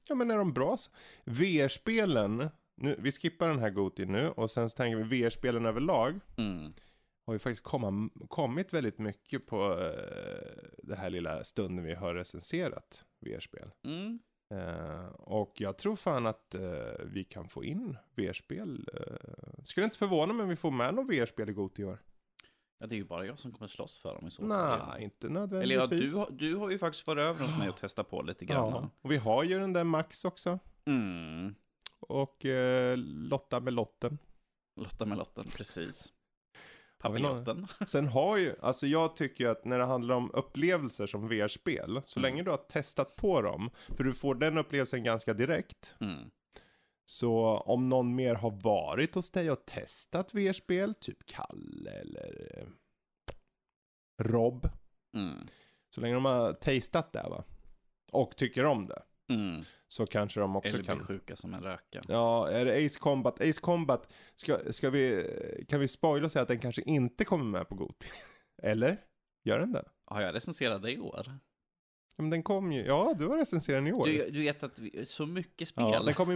[SPEAKER 1] Ja men är de bra så- VR-spelen, nu, vi skippar den här Goti nu och sen så tänker vi VR-spelen överlag
[SPEAKER 2] Mm.
[SPEAKER 1] har ju faktiskt komma, kommit väldigt mycket på eh, det här lilla stunden vi har recenserat VR-spel.
[SPEAKER 2] Mm.
[SPEAKER 1] Eh, och jag tror fan att eh, vi kan få in VR-spel. Eh, skulle inte förvåna mig om vi får med något VR-spel i Goti i år.
[SPEAKER 2] Ja, det är ju bara jag som kommer slåss för dem i så
[SPEAKER 1] Nej, inte
[SPEAKER 2] Eller ja,
[SPEAKER 1] nödvändigtvis.
[SPEAKER 2] du, har- du har ju faktiskt varit över hos mig och testat på lite
[SPEAKER 1] ja.
[SPEAKER 2] grann.
[SPEAKER 1] Och vi har ju den där Max också.
[SPEAKER 2] Mm.
[SPEAKER 1] Och eh, Lotta med Lotten.
[SPEAKER 2] Lotta med lotten, precis.
[SPEAKER 1] Har vi någon-
[SPEAKER 2] Papiljotten.
[SPEAKER 1] Sen har ju, alltså jag tycker ju att när det handlar om upplevelser som VR-spel, så
[SPEAKER 2] Mm.
[SPEAKER 1] länge du har testat på dem, för du får den upplevelsen ganska direkt,
[SPEAKER 2] Mm.
[SPEAKER 1] så om någon mer har varit hos dig och testat VR-spel, typ Kalle eller eh, Rob,
[SPEAKER 2] Mm.
[SPEAKER 1] så länge de har tastat det va, och tycker om det,
[SPEAKER 2] Mm.
[SPEAKER 1] så kanske de också
[SPEAKER 2] Eller bli
[SPEAKER 1] kan...
[SPEAKER 2] sjuka som en röka.
[SPEAKER 1] Ja, är det Ace Combat? Ace Combat, ska, ska vi, kan vi spoila och säga att den kanske inte kommer med på Goti? Eller? Gör den det?
[SPEAKER 2] Har jag recenserat det i år?
[SPEAKER 1] Ja, men den kom ju, ja du har recenserat den i år.
[SPEAKER 2] Du, du vet att vi, så mycket spel.
[SPEAKER 1] ja, den kom i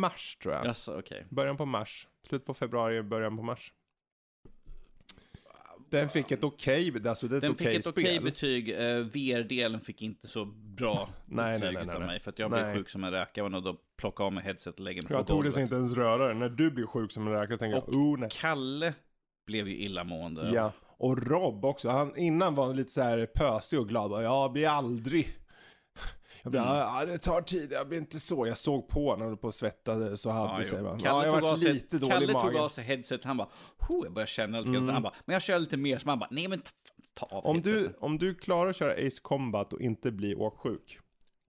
[SPEAKER 1] mars tror jag.
[SPEAKER 2] Alltså, okej.
[SPEAKER 1] Början på mars. Slut på februari, början på mars. Den fick ett okej, alltså det är ett
[SPEAKER 2] Den fick
[SPEAKER 1] okej
[SPEAKER 2] ett okej
[SPEAKER 1] spel.
[SPEAKER 2] betyg. Eh, VR-delen fick inte så bra
[SPEAKER 1] Nej,
[SPEAKER 2] betyg
[SPEAKER 1] nej, nej, nej,
[SPEAKER 2] av
[SPEAKER 1] nej.
[SPEAKER 2] mig. För att jag blev
[SPEAKER 1] Nej.
[SPEAKER 2] sjuk som en räka och då plockade av mig headset och lägger mig på
[SPEAKER 1] jag tog det
[SPEAKER 2] golvet.
[SPEAKER 1] sig inte ens röra den. När du blir sjuk som en räkare tänker jag,
[SPEAKER 2] Och-
[SPEAKER 1] oh nej.
[SPEAKER 2] Kalle blev ju illamående.
[SPEAKER 1] Ja. Och Rob också, han innan var han lite så här pösig och glad. Bara, Jag blir aldrig... Jag blir,
[SPEAKER 2] Mm.
[SPEAKER 1] ja, det tar tid, jag blir inte så. Jag såg på när han höll på och svettade så hade
[SPEAKER 2] jo.
[SPEAKER 1] sig. Jag bara, Ja,
[SPEAKER 2] Kalle,
[SPEAKER 1] jag
[SPEAKER 2] tog, av
[SPEAKER 1] varit
[SPEAKER 2] sig,
[SPEAKER 1] lite dålig
[SPEAKER 2] Kalle
[SPEAKER 1] i
[SPEAKER 2] tog
[SPEAKER 1] magen. Mm.
[SPEAKER 2] av sig headset, han bara, "Ho, jag börjar känna lite grann. Så Han bara, men jag kör lite mer. Så man bara, nej men ta, ta av
[SPEAKER 1] Om
[SPEAKER 2] headsetet.
[SPEAKER 1] du, om du klarar att köra Ace Combat och inte bli åksjuk,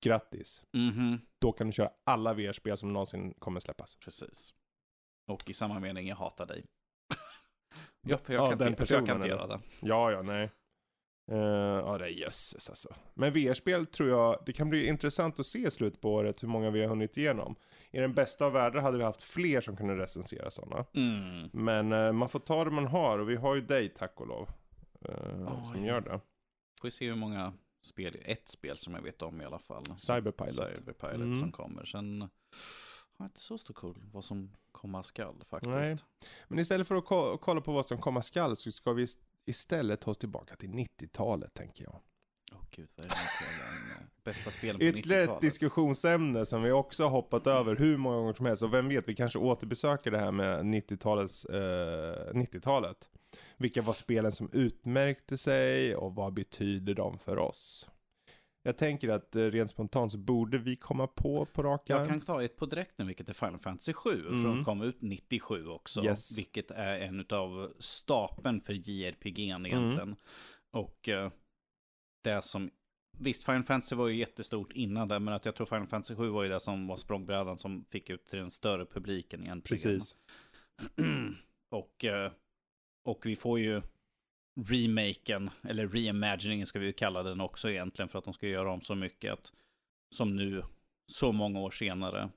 [SPEAKER 1] grattis.
[SPEAKER 2] Mhm,
[SPEAKER 1] Då kan du köra alla VR-spel som någonsin kommer släppas.
[SPEAKER 2] precis. Och i samma mening, jag hatar dig. ja, för
[SPEAKER 1] Ja,
[SPEAKER 2] jag,
[SPEAKER 1] den
[SPEAKER 2] kan, inte, för jag kan
[SPEAKER 1] personen,
[SPEAKER 2] inte göra det.
[SPEAKER 1] Ja, ja, nej. Eh, ja, det är jösses alltså. Men VR-spel tror jag, det kan bli intressant att se i slutet på året hur många vi har hunnit igenom. I den bästa av världar hade vi haft fler som kunde recensera sådana.
[SPEAKER 2] Mm.
[SPEAKER 1] Men eh, man får ta det man har och vi har ju dig tack och lov. eh,
[SPEAKER 2] Oj.
[SPEAKER 1] som gör det.
[SPEAKER 2] Får vi se hur många spel, ett spel som jag vet om i alla fall.
[SPEAKER 1] Cyberpilot.
[SPEAKER 2] Cyberpilot
[SPEAKER 1] Mm.
[SPEAKER 2] som kommer. Sen har jag inte så stor koll vad som komma skall faktiskt.
[SPEAKER 1] Nej. Men istället för att ko- kolla på vad som komma skall så ska vi ist- istället ta oss tillbaka till 90-talet tänker jag.
[SPEAKER 2] Åh gud, vad är det för jävla, eh, Bästa spelen på
[SPEAKER 1] Ytterligare ett
[SPEAKER 2] 90-talet?
[SPEAKER 1] diskussionsämne som vi också har hoppat
[SPEAKER 2] Mm.
[SPEAKER 1] över hur många gånger som helst. Och vem vet, vi kanske återbesöker det här med 90-talets, eh, 90-talet. Vilka var spelen som utmärkte sig och vad betyder de för oss? Jag tänker att eh, rent spontant så borde vi komma på på rak
[SPEAKER 2] Jag
[SPEAKER 1] arm.
[SPEAKER 2] kan ta ett på direkten, vilket är Final Fantasy 7, för
[SPEAKER 1] Mm.
[SPEAKER 2] de kom ut 97 också,
[SPEAKER 1] Yes.
[SPEAKER 2] vilket är en av stapeln för
[SPEAKER 1] Mm.
[SPEAKER 2] JRPG'n egentligen. Och eh, det som, visst Final Fantasy var ju jättestort innan det, men att jag tror Final Fantasy 7 var ju det som var språngbrädan som fick ut till den större publiken egentligen.
[SPEAKER 1] Precis.
[SPEAKER 2] och, eh, och vi får ju remaken, eller reimaginingen ska vi ju kalla den också egentligen, för att de ska göra om så mycket att, som nu, så många år senare.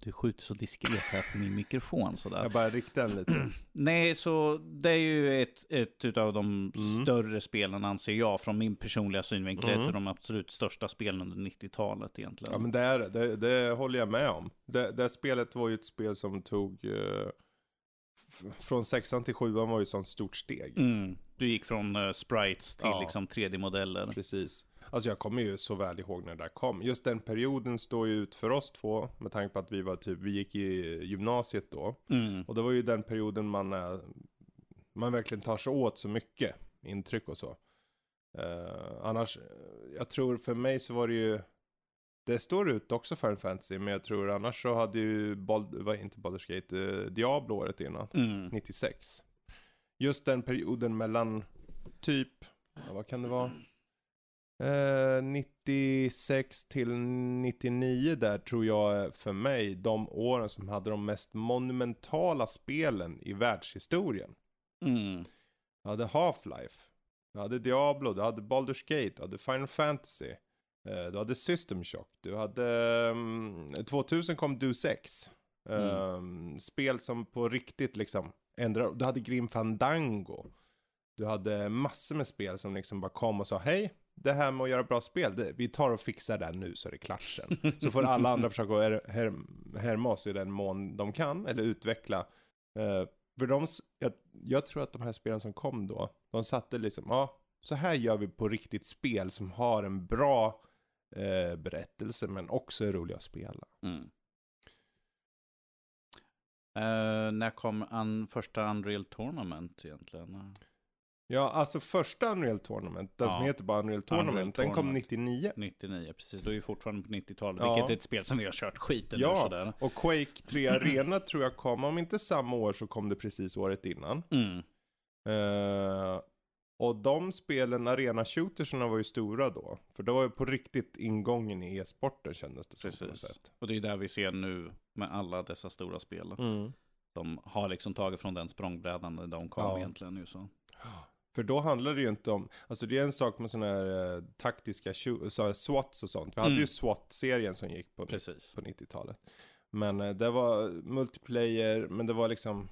[SPEAKER 2] Du skjuter så diskret här på min mikrofon sådär.
[SPEAKER 1] Jag bara riktar den lite.
[SPEAKER 2] Nej, så det är ju ett, ett av de
[SPEAKER 1] Mm.
[SPEAKER 2] större spelen anser jag, från min personliga synvinkel,
[SPEAKER 1] Mm.
[SPEAKER 2] ett av de absolut största spelen under 90-talet egentligen.
[SPEAKER 1] Ja men det är det. det, det håller jag med om. Det, det här spelet var ju ett spel som tog, eh, f- från sexan till sjuan var ju ett sånt stort steg.
[SPEAKER 2] Mm. Du gick från eh, sprites till
[SPEAKER 1] Ja.
[SPEAKER 2] liksom 3D-modeller.
[SPEAKER 1] Precis. Alltså jag kommer ju så väl ihåg när det där kom. Just den perioden står ju ut för oss två med tanke på att vi var typ, vi gick i gymnasiet då.
[SPEAKER 2] Mm.
[SPEAKER 1] Och det var ju den perioden man, eh, man verkligen tar sig åt så mycket intryck och så. Eh, annars, eh, jag tror för mig så var det ju, det står ut också Final Fantasy, men jag tror annars så hade ju, Bald, var inte Baldur's Gate, eh, Diablo året innan,
[SPEAKER 2] Mm.
[SPEAKER 1] 96. Just den perioden mellan typ, ja, vad kan det vara? Eh, 96 till 99 där tror jag är för mig de åren som hade de mest monumentala spelen i världshistorien.
[SPEAKER 2] Mm.
[SPEAKER 1] Du hade Half-Life. Du hade Diablo, du hade Baldur's Gate, du hade Final Fantasy. eh, Du hade System Shock, du hade... ehm, 2000 kom Du 6. Spel som på riktigt liksom ändrar. Du hade Grim Fandango. Du hade massor med spel som liksom bara kom och sa hej. Det här med att göra bra spel, det, vi tar och fixar det här nu så är det klart sen. Så får alla andra försöka här, här, härma oss i den mån de kan, eller utveckla. Eh, för de, s- jag, jag tror att de här spelen som kom då, de satte liksom, ja, så här gör vi på riktigt spel som har en bra eh, berättelse men också är roliga att spela.
[SPEAKER 2] Mm. Eh, när kom an, första Unreal Tournament egentligen?
[SPEAKER 1] Ja, alltså första Unreal Tournament, den
[SPEAKER 2] Ja.
[SPEAKER 1] som heter bara Unreal Tournament, den kom
[SPEAKER 2] Tournament.
[SPEAKER 1] 99.
[SPEAKER 2] 99, precis. Då är vi fortfarande på 90-talet,
[SPEAKER 1] Ja.
[SPEAKER 2] vilket är ett spel som vi har kört skiten ur sådär.
[SPEAKER 1] Ja, och Quake 3 Arena tror jag kom, om inte samma år så kom det precis året innan.
[SPEAKER 2] Mm.
[SPEAKER 1] Eh, och de spelen, arena shooterserna var ju stora då. För det var ju på riktigt ingången i e-sporten kändes det som på något
[SPEAKER 2] Precis.
[SPEAKER 1] sätt.
[SPEAKER 2] Och det är där vi ser nu med alla dessa stora spel.
[SPEAKER 1] Mm.
[SPEAKER 2] De har liksom tagit från den språngbrädan där de kom
[SPEAKER 1] Ja.
[SPEAKER 2] egentligen nu så.
[SPEAKER 1] För då handlar det ju inte om, alltså det är en sak med sådana här eh, taktiska shoo- så här SWATs och sånt. Vi hade
[SPEAKER 2] Mm.
[SPEAKER 1] ju SWAT-serien som gick på,
[SPEAKER 2] Precis.
[SPEAKER 1] på 90-talet. Men eh, det var multiplayer, men det var liksom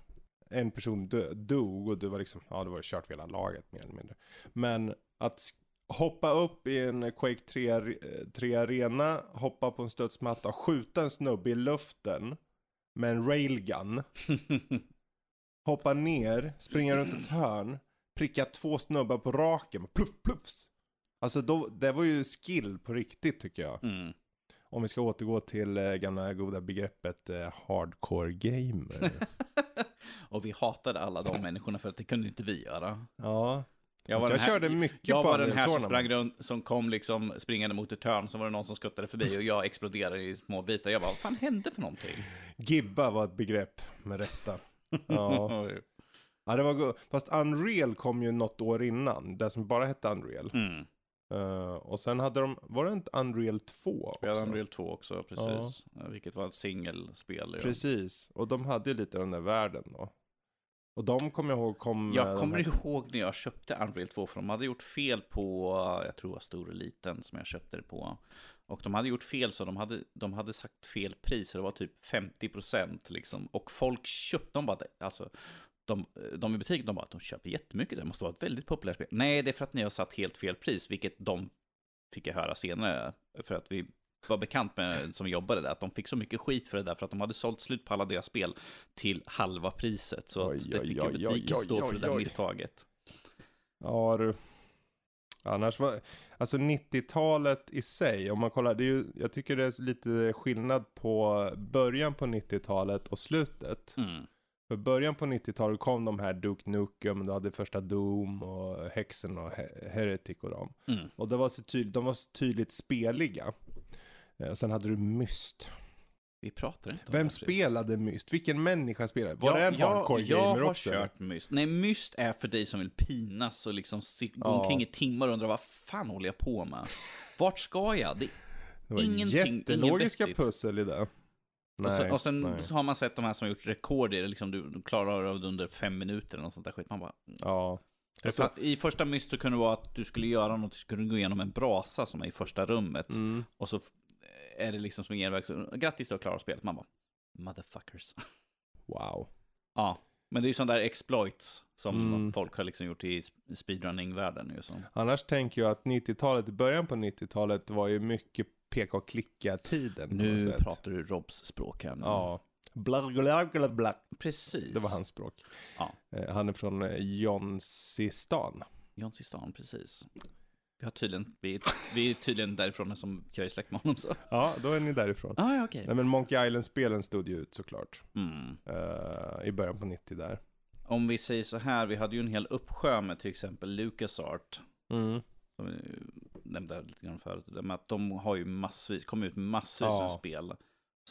[SPEAKER 1] en person dö, dog och du var liksom, ja det var kört för hela laget mer eller mindre. Men att sk- hoppa upp i en Quake 3, ar- eh, 3 arena, hoppa på en studsmatta och skjuta en snubbe i luften med en railgun, hoppa ner, springa runt ett hörn, pricka två snubbar på raken, pluff pluffs. Alltså då, det var ju skill på riktigt tycker jag.
[SPEAKER 2] mm.
[SPEAKER 1] Om vi ska återgå till eh, gamla goda begreppet eh, hardcore gamer.
[SPEAKER 2] Och vi hatade alla de människorna för att det kunde inte vi göra.
[SPEAKER 1] ja.
[SPEAKER 2] Jag
[SPEAKER 1] Fast
[SPEAKER 2] var
[SPEAKER 1] jag
[SPEAKER 2] den här-
[SPEAKER 1] körde mycket
[SPEAKER 2] Jag
[SPEAKER 1] på
[SPEAKER 2] var den
[SPEAKER 1] Unreal
[SPEAKER 2] här som
[SPEAKER 1] Tournament.
[SPEAKER 2] sprang runt, som kom liksom springande mot ett hörn, så var det någon som skuttade förbi och jag exploderade i små bitar. Jag bara, vad fan hände för någonting?
[SPEAKER 1] Gibba var ett begrepp med rätta. Ja. ja, det var go- Fast Unreal kom ju något år innan. Det som bara hette Unreal.
[SPEAKER 2] Mm.
[SPEAKER 1] Eh, och sen hade de, var det inte Unreal 2 också?
[SPEAKER 2] Vi hade Unreal 2 också, precis. Vilket var ett singelspel. ja.
[SPEAKER 1] Precis, och de hade ju lite den där världen då. Och de kommer jag ihåg kom... med
[SPEAKER 2] Jag
[SPEAKER 1] eh, de
[SPEAKER 2] kommer
[SPEAKER 1] här-
[SPEAKER 2] ihåg när jag köpte Unreal 2, för de hade gjort fel på, jag tror det var stor och liten som jag köpte det på. Och de hade gjort fel, så de hade, de hade sagt fel pris, så det var typ 50% liksom. Och folk köpte, de bara, alltså, de, de i butiken, de bara, de köper jättemycket, det måste vara ett väldigt populärt spel. Nej, det är för att ni har satt helt fel pris, vilket de fick jag höra senare, för att vi var bekant med som jobbade där, att de fick så mycket skit för det där, för att de hade sålt slut på alla deras spel till halva priset, så
[SPEAKER 1] Oj,
[SPEAKER 2] att det
[SPEAKER 1] oj,
[SPEAKER 2] fick ju
[SPEAKER 1] oj, oj,
[SPEAKER 2] butiken
[SPEAKER 1] oj,
[SPEAKER 2] stå för
[SPEAKER 1] oj,
[SPEAKER 2] det där
[SPEAKER 1] oj.
[SPEAKER 2] misstaget.
[SPEAKER 1] Ja du. Annars var, alltså 90-talet i sig, om man kollar, det är ju, jag tycker det är lite skillnad på början på 90-talet och slutet.
[SPEAKER 2] Mm.
[SPEAKER 1] För början på 90-talet kom de här Duke Nukem, du hade första Doom och Hexen och He- Heretic och dem.
[SPEAKER 2] Mm.
[SPEAKER 1] Och det var så tydligt, de var så tydligt speliga. Eh, Sen hade du Myst.
[SPEAKER 2] Vi pratar inte om det
[SPEAKER 1] Vem
[SPEAKER 2] här, Fredrik.
[SPEAKER 1] spelade Myst? Vilken människa spelade? Var
[SPEAKER 2] Jag-
[SPEAKER 1] det en
[SPEAKER 2] jag-
[SPEAKER 1] hardcore
[SPEAKER 2] Jag
[SPEAKER 1] gamer
[SPEAKER 2] har
[SPEAKER 1] också?
[SPEAKER 2] kört Myst. Nej, Myst är för dig som vill pinas och liksom sit, gå
[SPEAKER 1] Ja.
[SPEAKER 2] omkring i timmar och undra vad fan håller jag på med? Vart ska jag? Det,
[SPEAKER 1] Det var
[SPEAKER 2] Ingenting, ingen
[SPEAKER 1] jättelogiska
[SPEAKER 2] vettigt.
[SPEAKER 1] pussel i det.
[SPEAKER 2] och sen, och sen
[SPEAKER 1] nej.
[SPEAKER 2] så har man sett de här som gjort rekord i det, liksom du du klarar av det under fem minuter eller något sånt där skit. Man bara,
[SPEAKER 1] Ja. Alltså,
[SPEAKER 2] I första Myst så kunde det vara att du skulle göra något, du skulle gå igenom en brasa som är i första rummet.
[SPEAKER 1] mm.
[SPEAKER 2] Och så f- är det liksom som en genväg, så grattis du har klarat spelet. Man bara, motherfuckers.
[SPEAKER 1] Wow.
[SPEAKER 2] Ja, men det är ju sådana där exploits som
[SPEAKER 1] Mm.
[SPEAKER 2] folk har liksom gjort i sp- speedrunning-världen. Ju, så.
[SPEAKER 1] Annars tänker jag att 90-talet, början på 90-talet var ju mycket peka och klicka-tiden. på något
[SPEAKER 2] Nu
[SPEAKER 1] sätt.
[SPEAKER 2] pratar du Robs språk här nu.
[SPEAKER 1] Ja. Bla, bla, bla, bla.
[SPEAKER 2] Precis.
[SPEAKER 1] Det var hans språk.
[SPEAKER 2] Ja.
[SPEAKER 1] Eh, Han är från eh, Jonsistan.
[SPEAKER 2] John Sistan, precis. Vi, har tydligen, vi, vi är tydligen därifrån som jag är släkt med honom. Så.
[SPEAKER 1] Ja, då är ni därifrån.
[SPEAKER 2] Ah, ja, okej.
[SPEAKER 1] Nej men Monkey Island-spelen stod ju ut såklart.
[SPEAKER 2] Mm.
[SPEAKER 1] Eh, I början på 90 där.
[SPEAKER 2] Om vi säger så här, vi hade ju en hel uppsjö med till exempel LucasArt.
[SPEAKER 1] Mm.
[SPEAKER 2] Som vi nämnde här lite grann förut. det med att de har ju massvis, kom ut med massvis
[SPEAKER 1] Ja.
[SPEAKER 2] av spel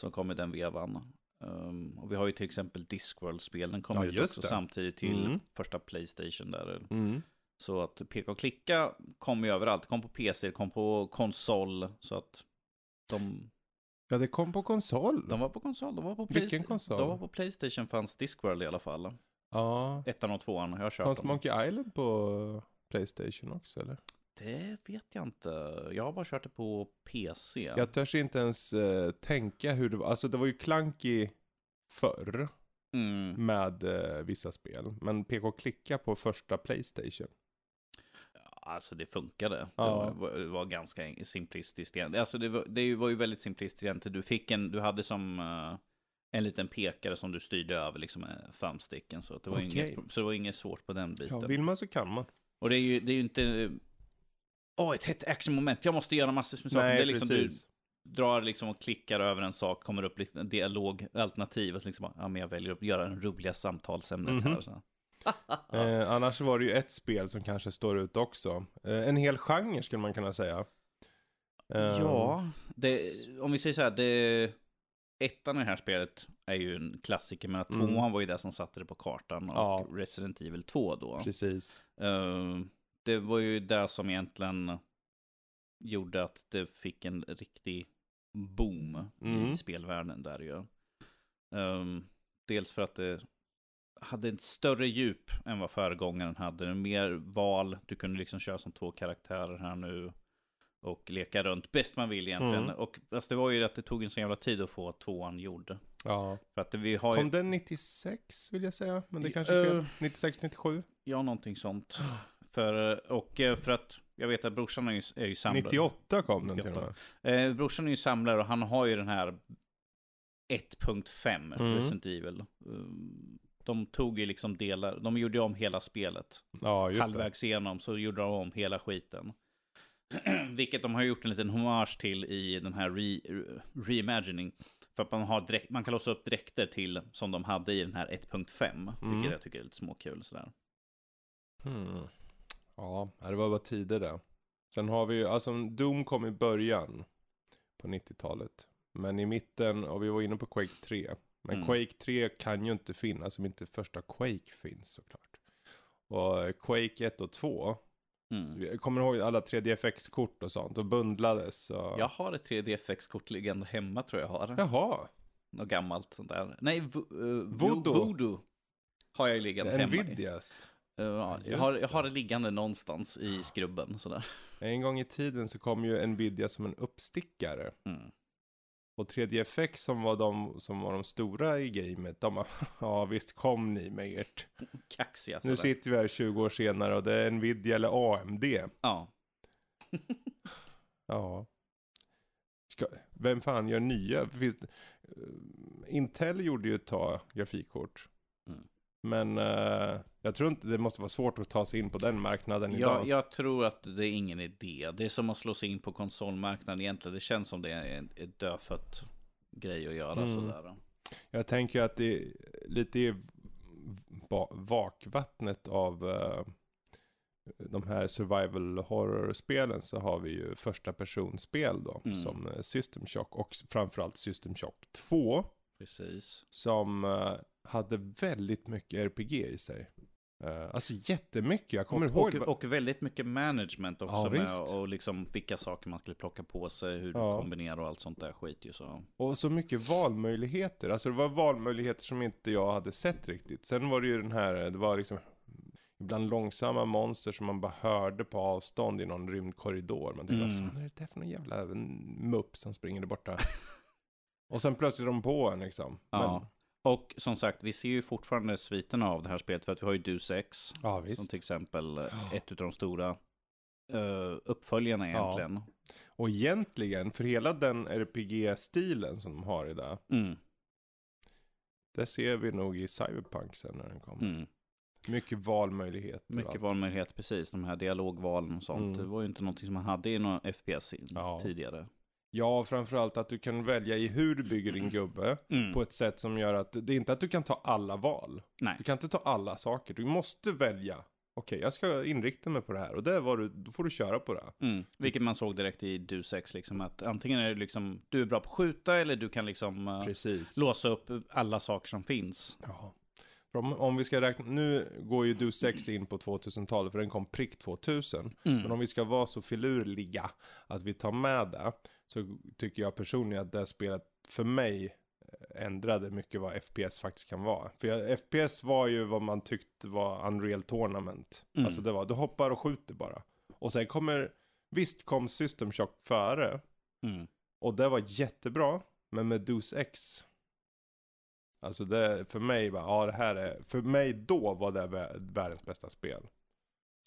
[SPEAKER 2] som kom i den vevan. Ehm, och vi har ju till exempel Discworld-spelen kom
[SPEAKER 1] Ja,
[SPEAKER 2] ut
[SPEAKER 1] just
[SPEAKER 2] också
[SPEAKER 1] det.
[SPEAKER 2] samtidigt till
[SPEAKER 1] Mm.
[SPEAKER 2] första Playstation där.
[SPEAKER 1] Mm.
[SPEAKER 2] Så att peka och klicka kom ju överallt. Kom på PC, kom på konsol. Så att de,
[SPEAKER 1] Ja, det kom på konsol.
[SPEAKER 2] de var på konsol, de var på
[SPEAKER 1] Vilken
[SPEAKER 2] Playsta-
[SPEAKER 1] konsol?
[SPEAKER 2] De var på Playstation, fanns Discworld i alla fall.
[SPEAKER 1] Ja.
[SPEAKER 2] Ettan och tvåan, jag har kört
[SPEAKER 1] Fanns
[SPEAKER 2] dem.
[SPEAKER 1] Monkey Island på Playstation också eller?
[SPEAKER 2] Det vet jag inte. Jag har bara kört det på PC.
[SPEAKER 1] Jag törs inte ens eh, tänka hur det var. Alltså det var ju klanky förr
[SPEAKER 2] Mm.
[SPEAKER 1] med eh, vissa spel. Men PK klicka på första Playstation.
[SPEAKER 2] Alltså det funkade. Det
[SPEAKER 1] Ja.
[SPEAKER 2] var- var, det var ganska en- simplistiskt igen. Alltså det var, det var ju väldigt simplistiskt egentligen. Du fick en, du hade som eh, en liten pekare som du styrde över liksom med thumbsticken. Så, att det, var ju
[SPEAKER 1] Okej.
[SPEAKER 2] inget, så det var inget svårt på den
[SPEAKER 1] Ja,
[SPEAKER 2] biten.
[SPEAKER 1] vill man så kan man.
[SPEAKER 2] Och det är ju, det är ju inte... eh, Åh, ett hett actionmoment. Jag måste göra massor med saker.
[SPEAKER 1] Nej,
[SPEAKER 2] det är liksom, du
[SPEAKER 1] precis.
[SPEAKER 2] drar liksom och klickar över en sak, kommer upp lite dialogalternativ. Och så liksom, bara, ja, men jag väljer att göra den roliga samtalsämnet
[SPEAKER 1] Mhm.
[SPEAKER 2] här. Så.
[SPEAKER 1] Eh, annars var det ju ett spel som kanske står ut också. Eh, en hel genre skulle man kunna säga. Eh,
[SPEAKER 2] Ja, det,
[SPEAKER 1] s-
[SPEAKER 2] om vi säger så här, det, ettan i det här spelet är ju en klassiker, men att
[SPEAKER 1] Mm.
[SPEAKER 2] tvåan var ju det som satte det på kartan och
[SPEAKER 1] Ja.
[SPEAKER 2] Resident Evil 2 då.
[SPEAKER 1] Precis.
[SPEAKER 2] Eh, det var ju det som egentligen gjorde att det fick en riktig boom
[SPEAKER 1] Mm.
[SPEAKER 2] i spelvärlden där ju. Eh, dels för att det hade ett större djup än vad föregångaren hade. Mer val, du kunde liksom köra som två karaktärer här nu. Och leka runt bäst man vill egentligen.
[SPEAKER 1] Mm.
[SPEAKER 2] Och alltså, det var ju att det tog en så jävla tid att få tvåan gjord.
[SPEAKER 1] Ja.
[SPEAKER 2] För att vi har ju,
[SPEAKER 1] Kom den 96 vill jag säga. Men det
[SPEAKER 2] Ja,
[SPEAKER 1] kanske är fel.
[SPEAKER 2] eh.
[SPEAKER 1] 96, 97?
[SPEAKER 2] ja någonting sånt. För, och eh, för att jag vet att brorsan är ju, är ju samlare.
[SPEAKER 1] 98 kom den till och
[SPEAKER 2] 98.
[SPEAKER 1] med.
[SPEAKER 2] Eh, brorsan är ju samlare och han har ju den här 1.5
[SPEAKER 1] Mm.
[SPEAKER 2] Resident Evil. Um, De tog ju liksom delar, de gjorde ju om hela spelet.
[SPEAKER 1] Ja, just det.
[SPEAKER 2] halvvägs igenom så gjorde de om hela skiten. Vilket de har gjort en liten hommage till i den här re, re, reimagining. För att man, har dräkt, man kan låsa upp dräkter till som de hade i den här 1.5.
[SPEAKER 1] Mm.
[SPEAKER 2] Vilket jag tycker är lite småkul. Sådär.
[SPEAKER 1] Hmm. Ja, det var bara tider där. Sen har vi ju, alltså Doom kom i början på 90-talet. Men i mitten, och vi var inne på Quake 3. Men
[SPEAKER 2] Mm.
[SPEAKER 1] Quake 3 kan ju inte finnas om inte första Quake finns såklart. Och eh, Quake 1 och 2,
[SPEAKER 2] Mm.
[SPEAKER 1] jag kommer ihåg alla 3DFX-kort och sånt och bundlades. Så...
[SPEAKER 2] Jag har ett 3D-FX-kort liggande hemma tror jag har.
[SPEAKER 1] Jaha,
[SPEAKER 2] Något gammalt sånt där. Nej, v- eh,
[SPEAKER 1] Voodoo.
[SPEAKER 2] Voodoo har jag ju liggande hemma. i.
[SPEAKER 1] Nvidias.
[SPEAKER 2] Eh, ja, jag,
[SPEAKER 1] Just
[SPEAKER 2] har, jag har
[SPEAKER 1] det.
[SPEAKER 2] det liggande någonstans i skrubben. Sådär.
[SPEAKER 1] En gång i tiden så kom ju Nvidia som en uppstickare.
[SPEAKER 2] Mm.
[SPEAKER 1] Och 3DFX som var de som var de stora i gamet, de bara, ja visst kom ni med ert.
[SPEAKER 2] Kaxiga
[SPEAKER 1] Nu
[SPEAKER 2] sådär.
[SPEAKER 1] sitter vi här 20 år senare och det är Nvidia eller AMD.
[SPEAKER 2] Ja.
[SPEAKER 1] Ja. Ska, vem fan gör nya? Finns, det- eh, Intel gjorde ju ett tag grafikkort.
[SPEAKER 2] Mm.
[SPEAKER 1] Men eh, jag tror inte, det måste vara svårt att ta sig in på den marknaden
[SPEAKER 2] Jag,
[SPEAKER 1] idag.
[SPEAKER 2] jag tror att det är ingen idé. Det är som att slå sig in på konsolmarknaden egentligen. Det känns som det är en, en dödfött grej att göra
[SPEAKER 1] Mm.
[SPEAKER 2] sådär.
[SPEAKER 1] Jag tänker att det är lite i va- vakvattnet av eh, de här survival horror-spelen så har vi ju första personspel då
[SPEAKER 2] Mm.
[SPEAKER 1] som eh, System Shock och s- framförallt System Shock 2
[SPEAKER 2] Precis.
[SPEAKER 1] som eh, hade väldigt mycket RPG i sig. Eh, alltså jättemycket, jag kommer ihåg.
[SPEAKER 2] Och,
[SPEAKER 1] va-
[SPEAKER 2] och väldigt mycket management också
[SPEAKER 1] Ja,
[SPEAKER 2] med
[SPEAKER 1] visst.
[SPEAKER 2] och liksom vilka saker man skulle plocka på sig, hur
[SPEAKER 1] Ja.
[SPEAKER 2] du kombinerar och allt sånt där skit ju så.
[SPEAKER 1] Och så mycket valmöjligheter. Alltså det var valmöjligheter som inte jag hade sett riktigt. Sen var det ju den här, det var liksom ibland långsamma monster som man bara hörde på avstånd i någon rymdkorridor. Man tänkte,
[SPEAKER 2] Mm.
[SPEAKER 1] vad fan är det där för någon jävla mupp som springer där borta? och sen plötsligt är de på en liksom.
[SPEAKER 2] Ja.
[SPEAKER 1] Men,
[SPEAKER 2] Och som sagt, vi ser ju fortfarande sviterna av det här spelet för att vi har ju Deus Ex
[SPEAKER 1] ja
[SPEAKER 2] som
[SPEAKER 1] visst.
[SPEAKER 2] till exempel eh, ett av de stora eh, uppföljarna egentligen.
[SPEAKER 1] Och egentligen, för hela den RPG-stilen som de har i det,
[SPEAKER 2] Mm,
[SPEAKER 1] det ser vi nog i Cyberpunk sen när den kommer.
[SPEAKER 2] mm.
[SPEAKER 1] Mycket valmöjligheter.
[SPEAKER 2] Mycket
[SPEAKER 1] va?
[SPEAKER 2] valmöjlighet, precis. De här dialogvalen och sånt.
[SPEAKER 1] Mm.
[SPEAKER 2] Det var ju inte någonting som man hade i några FPS in
[SPEAKER 1] Ja.
[SPEAKER 2] tidigare.
[SPEAKER 1] Ja, framförallt att du kan välja i hur du bygger din gubbe.
[SPEAKER 2] Mm.
[SPEAKER 1] på ett sätt som gör att det är inte att du kan ta alla val.
[SPEAKER 2] Nej.
[SPEAKER 1] Du kan inte ta alla saker. Du måste välja. Okej, jag ska inrikta mig på det här och det var du, då får du köra på det.
[SPEAKER 2] Mm. Vilket man såg direkt i Deus 6, liksom att antingen är det liksom, du är bra på att skjuta eller du kan liksom eh,
[SPEAKER 1] Precis.
[SPEAKER 2] låsa upp alla saker som finns.
[SPEAKER 1] Ja. För Om, om vi ska räkna, nu går ju du 6 in på 2000-talet för den kom prick 2000. Mm.
[SPEAKER 2] Mm,
[SPEAKER 1] Men om vi ska vara så filurliga att vi tar med det så tycker jag personligen att det här spelet för mig eh, ändrade mycket vad FPS faktiskt kan vara. För jag, FPS var ju vad man tyckte var Unreal Tournament.
[SPEAKER 2] Mm.
[SPEAKER 1] Alltså det var, du hoppar och skjuter bara. Och sen kommer, visst kom System Shock före
[SPEAKER 2] Mm.
[SPEAKER 1] och det var jättebra, men med Deus X. Alltså det, för mig bara, ja det här är, för mig då var det vä- världens bästa spel.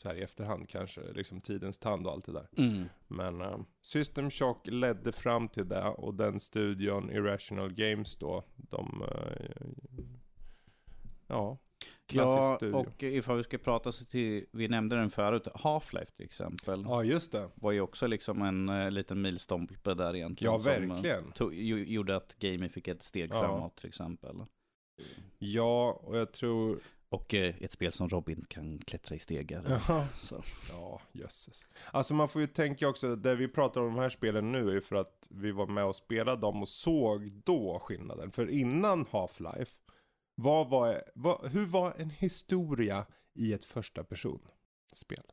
[SPEAKER 1] Så här i efterhand kanske, liksom tidens tand och allt det där.
[SPEAKER 2] Mm.
[SPEAKER 1] Men eh, System Shock ledde fram till det och den studion Irrational Games då, de... eh, ja, klassisk
[SPEAKER 2] Ja,
[SPEAKER 1] studio.
[SPEAKER 2] och ifall vi ska prata så till, vi nämnde den förut, Half-Life till exempel.
[SPEAKER 1] Ja, just det.
[SPEAKER 2] Var ju också liksom en eh, liten milstolpe där egentligen.
[SPEAKER 1] Ja,
[SPEAKER 2] som, eh,
[SPEAKER 1] verkligen.
[SPEAKER 2] Tog, ju, gjorde att gaming fick ett steg
[SPEAKER 1] Ja.
[SPEAKER 2] framåt till exempel.
[SPEAKER 1] Ja, och jag tror...
[SPEAKER 2] Och eh, ett spel som Robin kan klättra i stegar.
[SPEAKER 1] Ja,
[SPEAKER 2] Så.
[SPEAKER 1] Ja, jösses. Alltså man får ju tänka också, det vi pratar om de här spelen nu är ju för att vi var med och spelade dem och såg då skillnaden. För innan Half-Life, vad var, vad, hur var en historia i ett första personspel?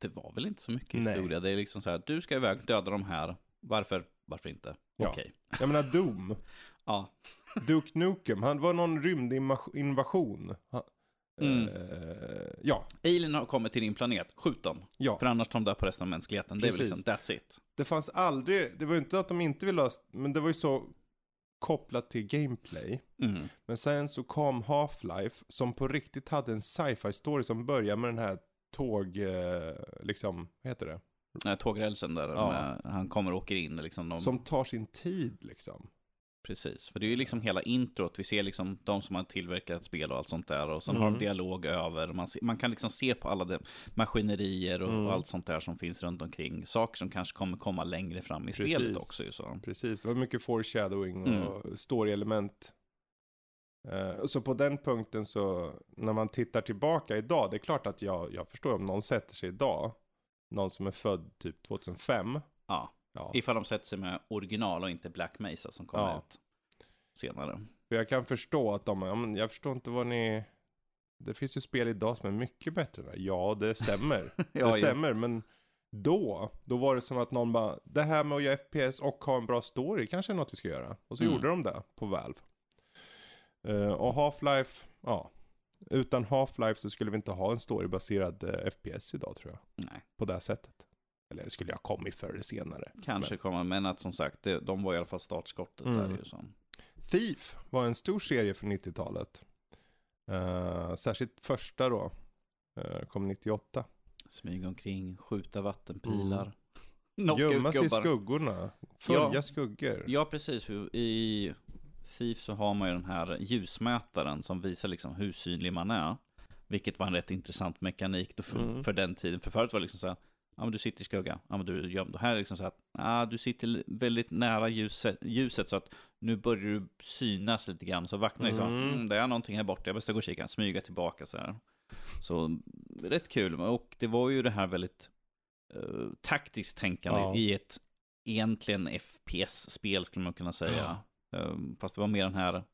[SPEAKER 2] Det var väl inte så mycket
[SPEAKER 1] Nej.
[SPEAKER 2] historia. Det är liksom så här, du ska iväg, döda de här. Varför? Varför inte?
[SPEAKER 1] Ja.
[SPEAKER 2] Okej.
[SPEAKER 1] Jag menar Doom,
[SPEAKER 2] Ja.
[SPEAKER 1] Duke Nukem, han var någon rymdinvasion. Han-
[SPEAKER 2] Mm.
[SPEAKER 1] Eh, ja,
[SPEAKER 2] Alien har kommit till din planet, skjut dem.
[SPEAKER 1] ja.
[SPEAKER 2] För annars tar de där på resten av mänskligheten. Det är väl
[SPEAKER 1] Precis.
[SPEAKER 2] liksom, that's it.
[SPEAKER 1] Det fanns aldrig, det var ju inte att de inte ville ha, men det var ju så kopplat till gameplay.
[SPEAKER 2] Mm.
[SPEAKER 1] Men sen så kom Half-Life som på riktigt hade en sci-fi story som börjar med den här tåg, eh, liksom, vad heter det?
[SPEAKER 2] Den här Tågrälsen där,
[SPEAKER 1] Ja.
[SPEAKER 2] med- han kommer och åker in. Liksom, de,
[SPEAKER 1] Som tar sin tid liksom.
[SPEAKER 2] Precis, för det är ju liksom hela introt. Vi ser liksom de som har tillverkat spel och allt sånt där. Och sen har de
[SPEAKER 1] Mm.
[SPEAKER 2] dialog över. Man, se, man kan liksom se på alla de maskinerier och,
[SPEAKER 1] Mm.
[SPEAKER 2] och allt sånt där som finns runt omkring. Saker som kanske kommer komma längre fram i
[SPEAKER 1] Precis.
[SPEAKER 2] spelet också. ju Så.
[SPEAKER 1] Precis, det var mycket foreshadowing och story-element. Eh, så på den punkten så, när man tittar tillbaka idag, det är klart att jag, jag förstår om någon sätter sig idag, någon som är född typ 2005,
[SPEAKER 2] Ja.
[SPEAKER 1] ja.
[SPEAKER 2] Ifall de sätter sig med original och inte Black Mesa som kommer
[SPEAKER 1] Ja.
[SPEAKER 2] ut senare.
[SPEAKER 1] För jag kan förstå att de, ja, men jag förstår inte vad ni... Det finns ju spel idag som är mycket bättre än det här. Ja, det stämmer.
[SPEAKER 2] Ja,
[SPEAKER 1] det
[SPEAKER 2] ju.
[SPEAKER 1] stämmer, men då, då var det som att någon bara, det här med att göra FPS och ha en bra story kanske är något vi ska göra. Och så
[SPEAKER 2] Mm.
[SPEAKER 1] gjorde de det på Valve. Eh, och Half-Life, ja. Utan Half-Life så skulle vi inte ha en storybaserad eh, FPS idag tror jag.
[SPEAKER 2] Nej.
[SPEAKER 1] På det här sättet. Eller skulle jag kommit förr eller senare.
[SPEAKER 2] Kanske kommer, men att som sagt, det, de var i alla fall startskottet
[SPEAKER 1] Mm.
[SPEAKER 2] där ju som.
[SPEAKER 1] Thief var en stor serie från 90-talet. Eh, särskilt första då. eh, kom 98.
[SPEAKER 2] Smyga omkring, skjuta vattenpilar. Knocka
[SPEAKER 1] Mm.
[SPEAKER 2] ut
[SPEAKER 1] Gömma sig i
[SPEAKER 2] gubbar.
[SPEAKER 1] skuggorna. Följa
[SPEAKER 2] Ja.
[SPEAKER 1] skuggor.
[SPEAKER 2] Ja, precis. I Thief så har man ju den här ljusmätaren som visar liksom hur synlig man är. Vilket var en rätt intressant mekanik då för,
[SPEAKER 1] Mm.
[SPEAKER 2] för den tiden. För förut var det liksom så här, ja men du sitter i skugga, ja men du är gömd. Och här är det liksom så här, ah, du sitter väldigt nära ljuset, ljuset så att nu börjar du synas lite grann. Så vaknar liksom,
[SPEAKER 1] Mm.
[SPEAKER 2] mm. det är någonting här borta, jag måste gå och kika, smyga tillbaka så här. Så rätt kul. Och det var ju det här väldigt eh, taktiskt tänkande
[SPEAKER 1] Ja.
[SPEAKER 2] i ett egentligen FPS-spel skulle man kunna säga. Eh, fast det var mer den här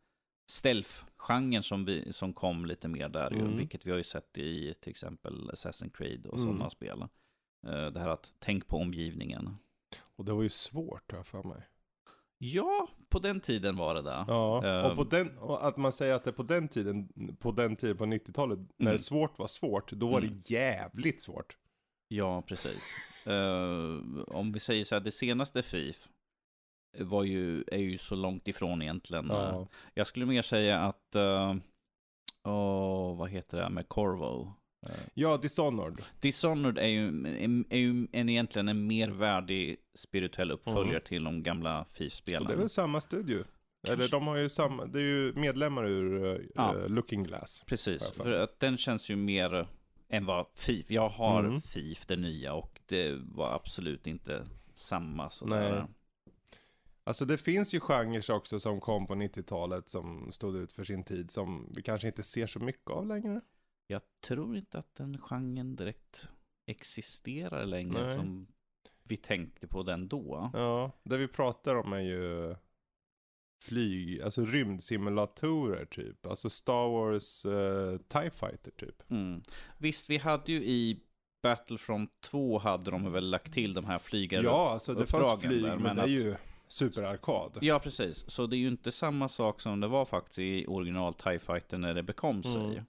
[SPEAKER 2] stealth-genren som, vi- som kom lite mer där ju,
[SPEAKER 1] Mm.
[SPEAKER 2] vilket vi har ju sett i till exempel Assassin's Creed och
[SPEAKER 1] Mm.
[SPEAKER 2] sådana spel. Eh, det här att tänk på omgivningen.
[SPEAKER 1] Och det var ju svårt har jag för mig.
[SPEAKER 2] Ja, på den tiden var det där.
[SPEAKER 1] Ja.
[SPEAKER 2] Ehm.
[SPEAKER 1] Och, på den, och att man säger att det på den tiden, på den tiden på 90-talet, när
[SPEAKER 2] Mm.
[SPEAKER 1] svårt var svårt, då var
[SPEAKER 2] Mm.
[SPEAKER 1] det jävligt svårt.
[SPEAKER 2] Ja, precis. Eh, om vi säger så här, det senaste FIF var ju, är ju så långt ifrån egentligen.
[SPEAKER 1] Ja.
[SPEAKER 2] Jag skulle mer säga att, eh, åh, vad heter det här med Corvo? Eh,
[SPEAKER 1] ja, Dishonored.
[SPEAKER 2] Dishonored är ju, är, är ju en, egentligen en mer värdig spirituell uppföljare
[SPEAKER 1] Mm.
[SPEAKER 2] till de gamla
[SPEAKER 1] Och det är
[SPEAKER 2] FIF-spelen.
[SPEAKER 1] väl samma studio? Eller de har ju samma, det är ju medlemmar ur eh,
[SPEAKER 2] Ja.
[SPEAKER 1] eh, Looking Glass.
[SPEAKER 2] Precis,
[SPEAKER 1] Varför?
[SPEAKER 2] för att den känns ju mer än vad FIF, jag har
[SPEAKER 1] Mm.
[SPEAKER 2] FIF det nya och det var absolut inte samma
[SPEAKER 1] Nej.
[SPEAKER 2] sådär.
[SPEAKER 1] Alltså det finns ju genrer också som kom på 90-talet som stod ut för sin tid som vi kanske inte ser så mycket av längre.
[SPEAKER 2] Jag tror inte att den genren direkt existerar längre
[SPEAKER 1] Nej.
[SPEAKER 2] som vi tänkte på den då.
[SPEAKER 1] Ja, det vi pratar om är ju flyg, alltså rymdsimulatorer typ. Alltså Star Wars eh, TIE Fighter typ.
[SPEAKER 2] Mm. Visst, vi hade ju i Battlefront 2 hade de väl lagt till de här flygare
[SPEAKER 1] Ja, alltså det fanns
[SPEAKER 2] uppdragen
[SPEAKER 1] flyg,
[SPEAKER 2] där,
[SPEAKER 1] men,
[SPEAKER 2] men
[SPEAKER 1] det är
[SPEAKER 2] att-
[SPEAKER 1] ju superarkad.
[SPEAKER 2] Ja, precis. Så det är ju inte samma sak som det var faktiskt i original TIE Fighter när det bekom sig.
[SPEAKER 1] Mm.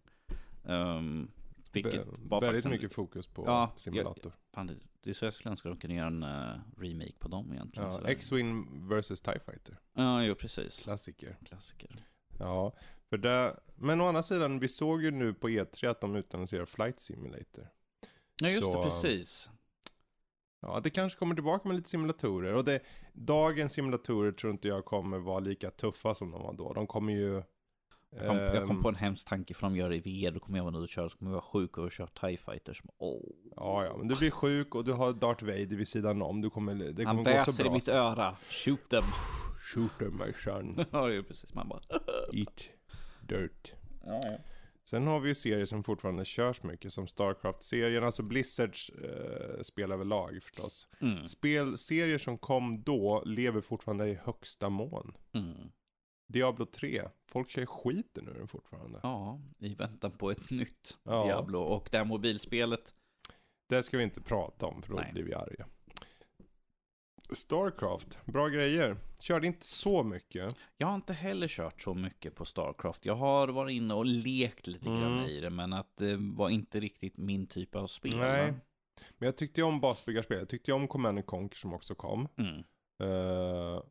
[SPEAKER 2] Ehm, vilket
[SPEAKER 1] Be-
[SPEAKER 2] var
[SPEAKER 1] väldigt
[SPEAKER 2] faktiskt en-
[SPEAKER 1] mycket fokus på
[SPEAKER 2] Ja,
[SPEAKER 1] simulator.
[SPEAKER 2] Fan, det, det är så jag skulle önska att de kunde göra en eh, remake på dem egentligen.
[SPEAKER 1] Ja,
[SPEAKER 2] sådär.
[SPEAKER 1] X-Wing vs TIE E Fighter,
[SPEAKER 2] ja, jo precis.
[SPEAKER 1] klassiker.
[SPEAKER 2] Klassiker.
[SPEAKER 1] Ja, för det, men å andra sidan, vi såg ju nu på E3 att de utannonserar Flight Simulator.
[SPEAKER 2] Ja, just
[SPEAKER 1] Så,
[SPEAKER 2] det, precis.
[SPEAKER 1] Ja, det kanske kommer tillbaka med lite simulatorer. Och det, dagens simulatorer tror inte jag kommer vara lika tuffa som de var då. De kommer ju...
[SPEAKER 2] Jag kom, jag kom
[SPEAKER 1] ehm,
[SPEAKER 2] på en hemsk tanke för de gör det i VR, då kommer jag vara nöjd och köra, så kommer jag vara sjuk och köra TIE Fighters. Åh.
[SPEAKER 1] Ja, ja, men du blir sjuk och du har Darth Vader vid sidan om. Du kommer, det
[SPEAKER 2] Han
[SPEAKER 1] kommer gå så
[SPEAKER 2] väser i
[SPEAKER 1] bra.
[SPEAKER 2] mitt öra. Shoot them.
[SPEAKER 1] Shoot them my son,
[SPEAKER 2] ja, ju precis. Man bara...
[SPEAKER 1] eat dirt.
[SPEAKER 2] Ja, ja.
[SPEAKER 1] Sen har vi ju serier som fortfarande körs mycket, som Starcraft-serien, alltså Blizzards eh, spel överlag förstås.
[SPEAKER 2] Mm.
[SPEAKER 1] Spel, serier som kom då lever fortfarande i högsta mån.
[SPEAKER 2] Mm.
[SPEAKER 1] Diablo 3, folk kör skiten ur den fortfarande.
[SPEAKER 2] Ja, i väntan på ett nytt
[SPEAKER 1] Ja.
[SPEAKER 2] Diablo. Och det här mobilspelet,
[SPEAKER 1] Det ska vi inte prata om för då
[SPEAKER 2] Nej.
[SPEAKER 1] blir vi arga. Starcraft, bra grejer. Körde inte så mycket.
[SPEAKER 2] jag har inte heller kört så mycket på Starcraft. Jag har varit inne och lekt lite grann
[SPEAKER 1] Mm.
[SPEAKER 2] i det, men att det var inte riktigt min typ av spel.
[SPEAKER 1] Nej.
[SPEAKER 2] va?
[SPEAKER 1] Men jag tyckte ju om basbyggarspel. Jag tyckte ju om Command and Conquer som också kom.
[SPEAKER 2] Mm.
[SPEAKER 1] Eh,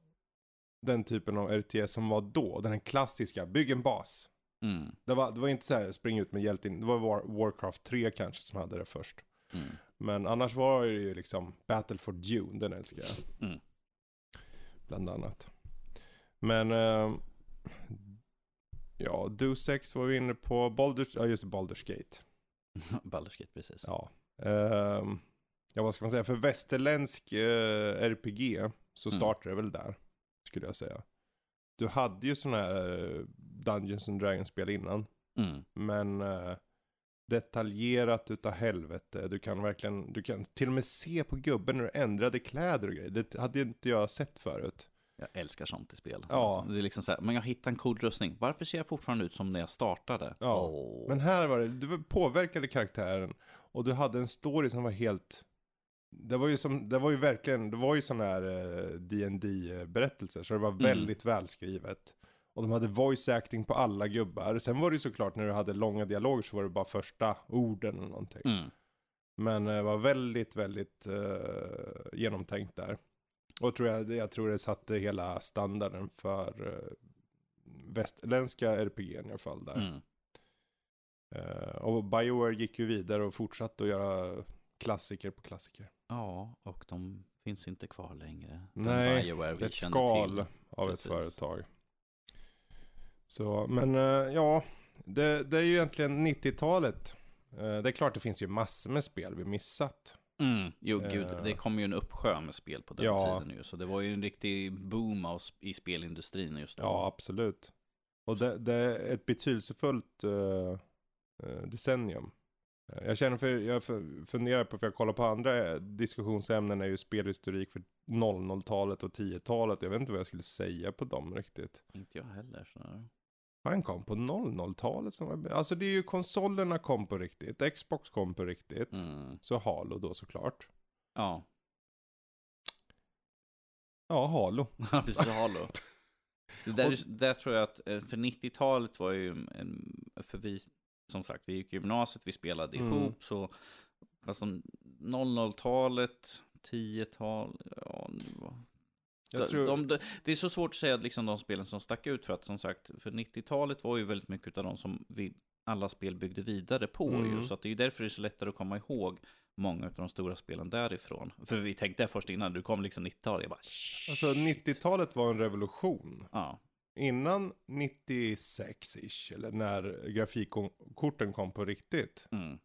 [SPEAKER 1] den typen av RTS som var då. Den här klassiska, bygg en bas.
[SPEAKER 2] Mm.
[SPEAKER 1] Det var, det var inte så här spring ut med hjältin. Det var War, Warcraft 3 kanske som hade det först.
[SPEAKER 2] Mm.
[SPEAKER 1] Men annars var det ju liksom Battle for Dune, den älskar jag.
[SPEAKER 2] Mm.
[SPEAKER 1] Bland annat. Men, eh, ja, Do 6 var vi inne på. Baldur's, ja just det, Baldur's Gate.
[SPEAKER 2] Baldur's Gate, precis.
[SPEAKER 1] Ja. Ehm, ja, vad ska man säga? För västerländsk eh, RPG så
[SPEAKER 2] Mm.
[SPEAKER 1] startar det väl där, skulle jag säga. Du hade ju sådana här eh, Dungeons and Dragons-spel innan,
[SPEAKER 2] Mm.
[SPEAKER 1] men eh, detaljerat utav helvete. Du kan verkligen, du kan till och med se på gubben när du ändrade kläder och grejer. Det hade ju inte jag sett förut.
[SPEAKER 2] Jag älskar sånt i spel.
[SPEAKER 1] Ja.
[SPEAKER 2] Alltså, Det är liksom så här, men jag hittar en cool rustning. Varför ser jag fortfarande ut som när jag startade?
[SPEAKER 1] Ja,
[SPEAKER 2] Åh.
[SPEAKER 1] Men här var det, du påverkade karaktären och du hade en story som var helt det var ju som, det var ju verkligen, det var ju sådana här eh, dd berättelser så det var väldigt välskrivet. Och de hade voice acting på alla gubbar. Sen var det ju såklart när du hade långa dialoger så var det bara första orden eller någonting.
[SPEAKER 2] Mm.
[SPEAKER 1] Men eh, var väldigt, väldigt eh, genomtänkt där. Och tror jag, jag tror det satte hela standarden för eh, västerländska RPG i alla fall där.
[SPEAKER 2] Mm.
[SPEAKER 1] Eh, och Bioware gick ju vidare och fortsatte att göra klassiker på klassiker.
[SPEAKER 2] Ja, och de finns inte kvar längre. Den
[SPEAKER 1] Nej,
[SPEAKER 2] Bioware vi
[SPEAKER 1] ett
[SPEAKER 2] känner
[SPEAKER 1] skal
[SPEAKER 2] till.
[SPEAKER 1] av
[SPEAKER 2] Precis.
[SPEAKER 1] ett företag. Så, men eh, ja, det, det är ju egentligen 90-talet. Eh, det är klart det finns ju massor med spel vi missat.
[SPEAKER 2] Mm. Jo, gud,
[SPEAKER 1] Eh.
[SPEAKER 2] det kom ju en uppsjö med spel på den
[SPEAKER 1] Ja.
[SPEAKER 2] tiden ju. Så det var ju en riktig boom av, sp- i spelindustrin just då.
[SPEAKER 1] Ja, absolut. Och det, det är ett betydelsefullt eh, eh, decennium. Eh, Jag känner för, jag fu- funderar på, för jag kollar på andra eh, diskussionsämnen, är ju spelhistorik för 00-talet och 10-talet. Jag vet inte vad jag skulle säga på dem riktigt.
[SPEAKER 2] Inte jag heller. Så.
[SPEAKER 1] Han kom på 00-talet. Som var... Alltså det är ju konsolerna kom på riktigt. Xbox kom på riktigt.
[SPEAKER 2] Mm.
[SPEAKER 1] Så Halo då såklart.
[SPEAKER 2] Ja,
[SPEAKER 1] Ja, Halo.
[SPEAKER 2] Ja, precis. Halo. Det där, är ju- där tror jag att, eh, för 90-talet var ju, en, för vi, som sagt, vi gick i gymnasiet, vi spelade
[SPEAKER 1] Mm.
[SPEAKER 2] ihop, så, alltså 00-talet, 10-tal, ja, nu var-
[SPEAKER 1] Jag tror...
[SPEAKER 2] de, de, det är så svårt att säga att liksom de spelen som stack ut för att som sagt, för 90-talet var ju väldigt mycket av de som vi, alla spel byggde vidare på ju.
[SPEAKER 1] Mm.
[SPEAKER 2] Så att det är ju därför det är så lättare att komma ihåg många av de stora spelen därifrån. För vi tänkte först innan, du kom liksom 90-talet, jag bara
[SPEAKER 1] Alltså 90-talet var en revolution.
[SPEAKER 2] ja.
[SPEAKER 1] Innan 96-ish, eller när grafikkorten kom på riktigt.
[SPEAKER 2] Mm.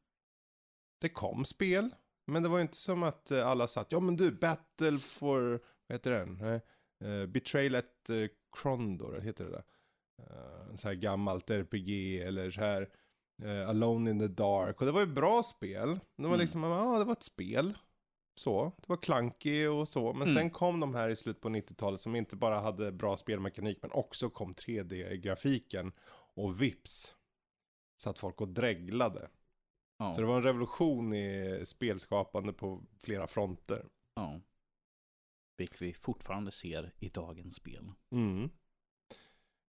[SPEAKER 1] Det kom spel, men det var ju inte som att eh, alla satt, ja men du, Battle for, vad heter den? Eh, eh, Betrayal at eh, Krondor, eller heter det där? Eh, så här gammalt RPG eller så här eh, Alone in the Dark. Och det var ju bra spel. Det var
[SPEAKER 2] Mm.
[SPEAKER 1] liksom, ja det var ett spel. Så, det var klanky och så. Men
[SPEAKER 2] Mm.
[SPEAKER 1] sen kom de här i slutet på 90-talet som inte bara hade bra spelmekanik men också kom 3D-grafiken. Och vips, satt folk och dreglade.
[SPEAKER 2] Ja.
[SPEAKER 1] Så det var en revolution i spelskapande på flera fronter.
[SPEAKER 2] Ja. Vilket vi fortfarande ser i dagens spel.
[SPEAKER 1] Mm.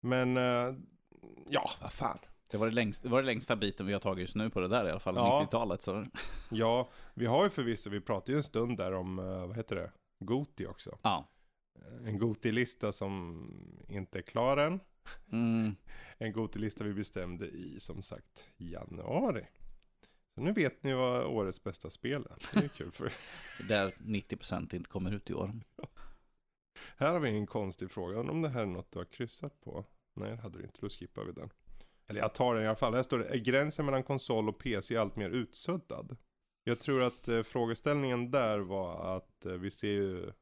[SPEAKER 1] Men, eh, ja, vad fan.
[SPEAKER 2] Det var, det, längst, det var det längsta biten vi har tagit just nu på det där i alla fall,
[SPEAKER 1] Ja.
[SPEAKER 2] 90-talet. Så.
[SPEAKER 1] Ja, vi har ju förvisso, vi pratade ju en stund där om, eh, vad heter det, Goti också.
[SPEAKER 2] Ja.
[SPEAKER 1] En Goti-lista som inte är klar än.
[SPEAKER 2] Mm.
[SPEAKER 1] En Goti-lista vi bestämde i, som sagt, januari. Så nu vet ni vad årets bästa spel är. Det är kul för
[SPEAKER 2] Där 90% inte kommer ut i år.
[SPEAKER 1] Här har vi en konstig fråga. Undrar om det här är något du har kryssat på? Nej, det hade du inte. Då skippar vi den. Eller jag tar den i alla fall. Här står det, är gränsen mellan konsol och PC alltmer utsuddad? Jag tror att eh, frågeställningen där var att eh, vi ser ju...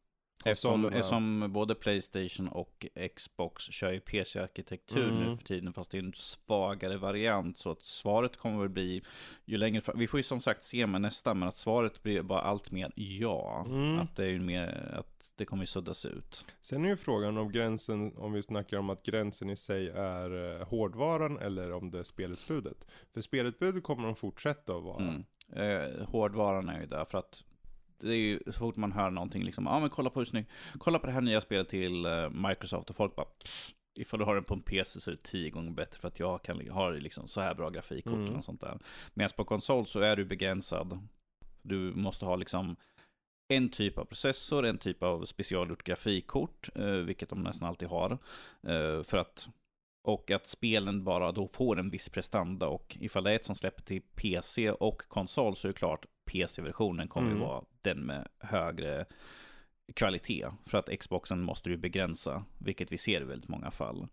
[SPEAKER 2] Eftersom,
[SPEAKER 1] Konsolerna.
[SPEAKER 2] eftersom både Playstation och Xbox kör ju PC-arkitektur nu
[SPEAKER 1] Mm.
[SPEAKER 2] för tiden, fast det är en svagare variant. Så att svaret kommer väl bli, ju längre fram, vi får ju som sagt se med nästa, men att svaret blir bara allt mer ja.
[SPEAKER 1] Mm.
[SPEAKER 2] Att det är ju mer, att det kommer ju suddas ut.
[SPEAKER 1] Sen är ju frågan om gränsen, om vi snackar om att gränsen i sig är eh, hårdvaran eller om det är spelutbudet. För spelutbudet kommer de fortsätta att vara.
[SPEAKER 2] Mm. Eh, hårdvaran är ju där för att det är ju så fort man hör någonting liksom, ja ah, men kolla på hur snyggt, kolla på det här nya spelet till eh, Microsoft och folk bara, "Pff, ifall du har den på en PC så är det tio gånger bättre för att jag kan, li- har liksom så här bra grafikkort
[SPEAKER 1] Mm.
[SPEAKER 2] och sånt där. Medan på konsol så är du begränsad. Du måste ha liksom en typ av processor, en typ av specialgjort grafikkort, eh, vilket de nästan alltid har. eh, för att och att spelen bara då får en viss prestanda och ifall det är ett som släpper till PC och konsol så är det klart PC-versionen kommer ju
[SPEAKER 1] Mm.
[SPEAKER 2] vara den med högre kvalitet. För att Xboxen måste du begränsa, vilket vi ser i väldigt många fall.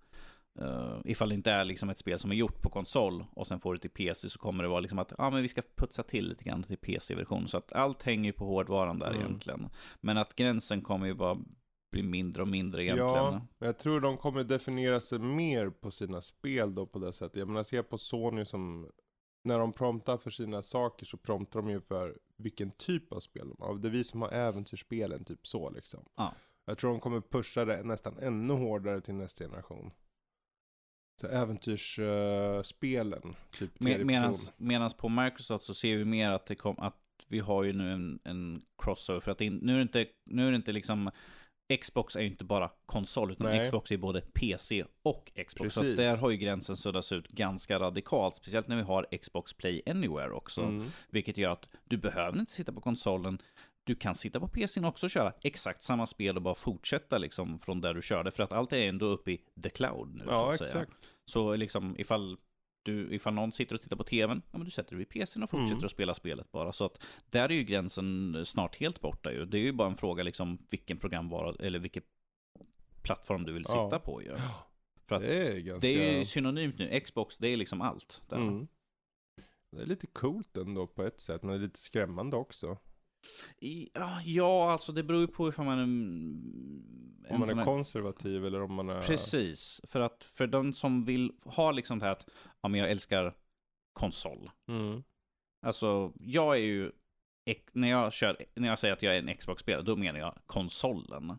[SPEAKER 2] Uh, ifall det inte är liksom ett spel som är gjort på konsol och sen får du till PC så kommer det vara liksom att ah, men vi ska putsa till lite grann till PC-version. Så att allt hänger ju på hårdvaran där
[SPEAKER 1] Mm.
[SPEAKER 2] egentligen. Men att gränsen kommer ju bara bli mindre och mindre egentligen.
[SPEAKER 1] Ja, men jag tror de kommer definiera sig mer på sina spel då på det sättet. Jag menar, se på Sony som, när de promptar för sina saker så promptar de ju för vilken typ av spel de har. Det är vi som har äventyrsspelen, typ så liksom.
[SPEAKER 2] Ja.
[SPEAKER 1] Jag tror de kommer pusha det nästan ännu hårdare till nästa generation. Så äventyrsspelen, typ tredje person.
[SPEAKER 2] Medan på Microsoft så ser vi mer att, det kom, att vi har ju nu en, en crossover. För att det, in- nu, är det inte, nu är det inte liksom Xbox är ju inte bara konsol, utan
[SPEAKER 1] Nej.
[SPEAKER 2] Xbox är både PC och Xbox. Så
[SPEAKER 1] Precis.
[SPEAKER 2] att där har ju gränsen suddats ut ganska radikalt, speciellt när vi har Xbox Play Anywhere också.
[SPEAKER 1] Mm.
[SPEAKER 2] Vilket gör att du behöver inte sitta på konsolen, du kan sitta på PCn också och köra exakt samma spel och bara fortsätta liksom från där du körde. För att allt är ändå uppe i the cloud nu. så
[SPEAKER 1] Ja,
[SPEAKER 2] att säga.
[SPEAKER 1] exakt.
[SPEAKER 2] Så liksom ifall, du, ifall någon sitter och tittar på tvn, ja men du sätter dig vid PCn och fortsätter
[SPEAKER 1] Mm.
[SPEAKER 2] att spela spelet bara. Så att där är ju gränsen snart helt borta ju. Det är ju bara en fråga liksom vilken programvara, eller vilken plattform du vill sitta
[SPEAKER 1] Ja.
[SPEAKER 2] på ju. För att
[SPEAKER 1] Det är ganska...
[SPEAKER 2] Det är ju synonymt nu, Xbox det är liksom allt. Där.
[SPEAKER 1] Mm. Det är lite coolt ändå på ett sätt, men det är lite skrämmande också.
[SPEAKER 2] I, ja, ja, alltså det beror ju på ifall man är... en
[SPEAKER 1] Om man
[SPEAKER 2] sån
[SPEAKER 1] är
[SPEAKER 2] här-
[SPEAKER 1] konservativ eller om man är...
[SPEAKER 2] Precis, för att för de som vill ha liksom det här att ja, men jag älskar konsol.
[SPEAKER 1] Mm.
[SPEAKER 2] Alltså, jag är ju... ex- När jag, kör, när jag säger att jag är en Xbox-spelare, då menar jag konsolen.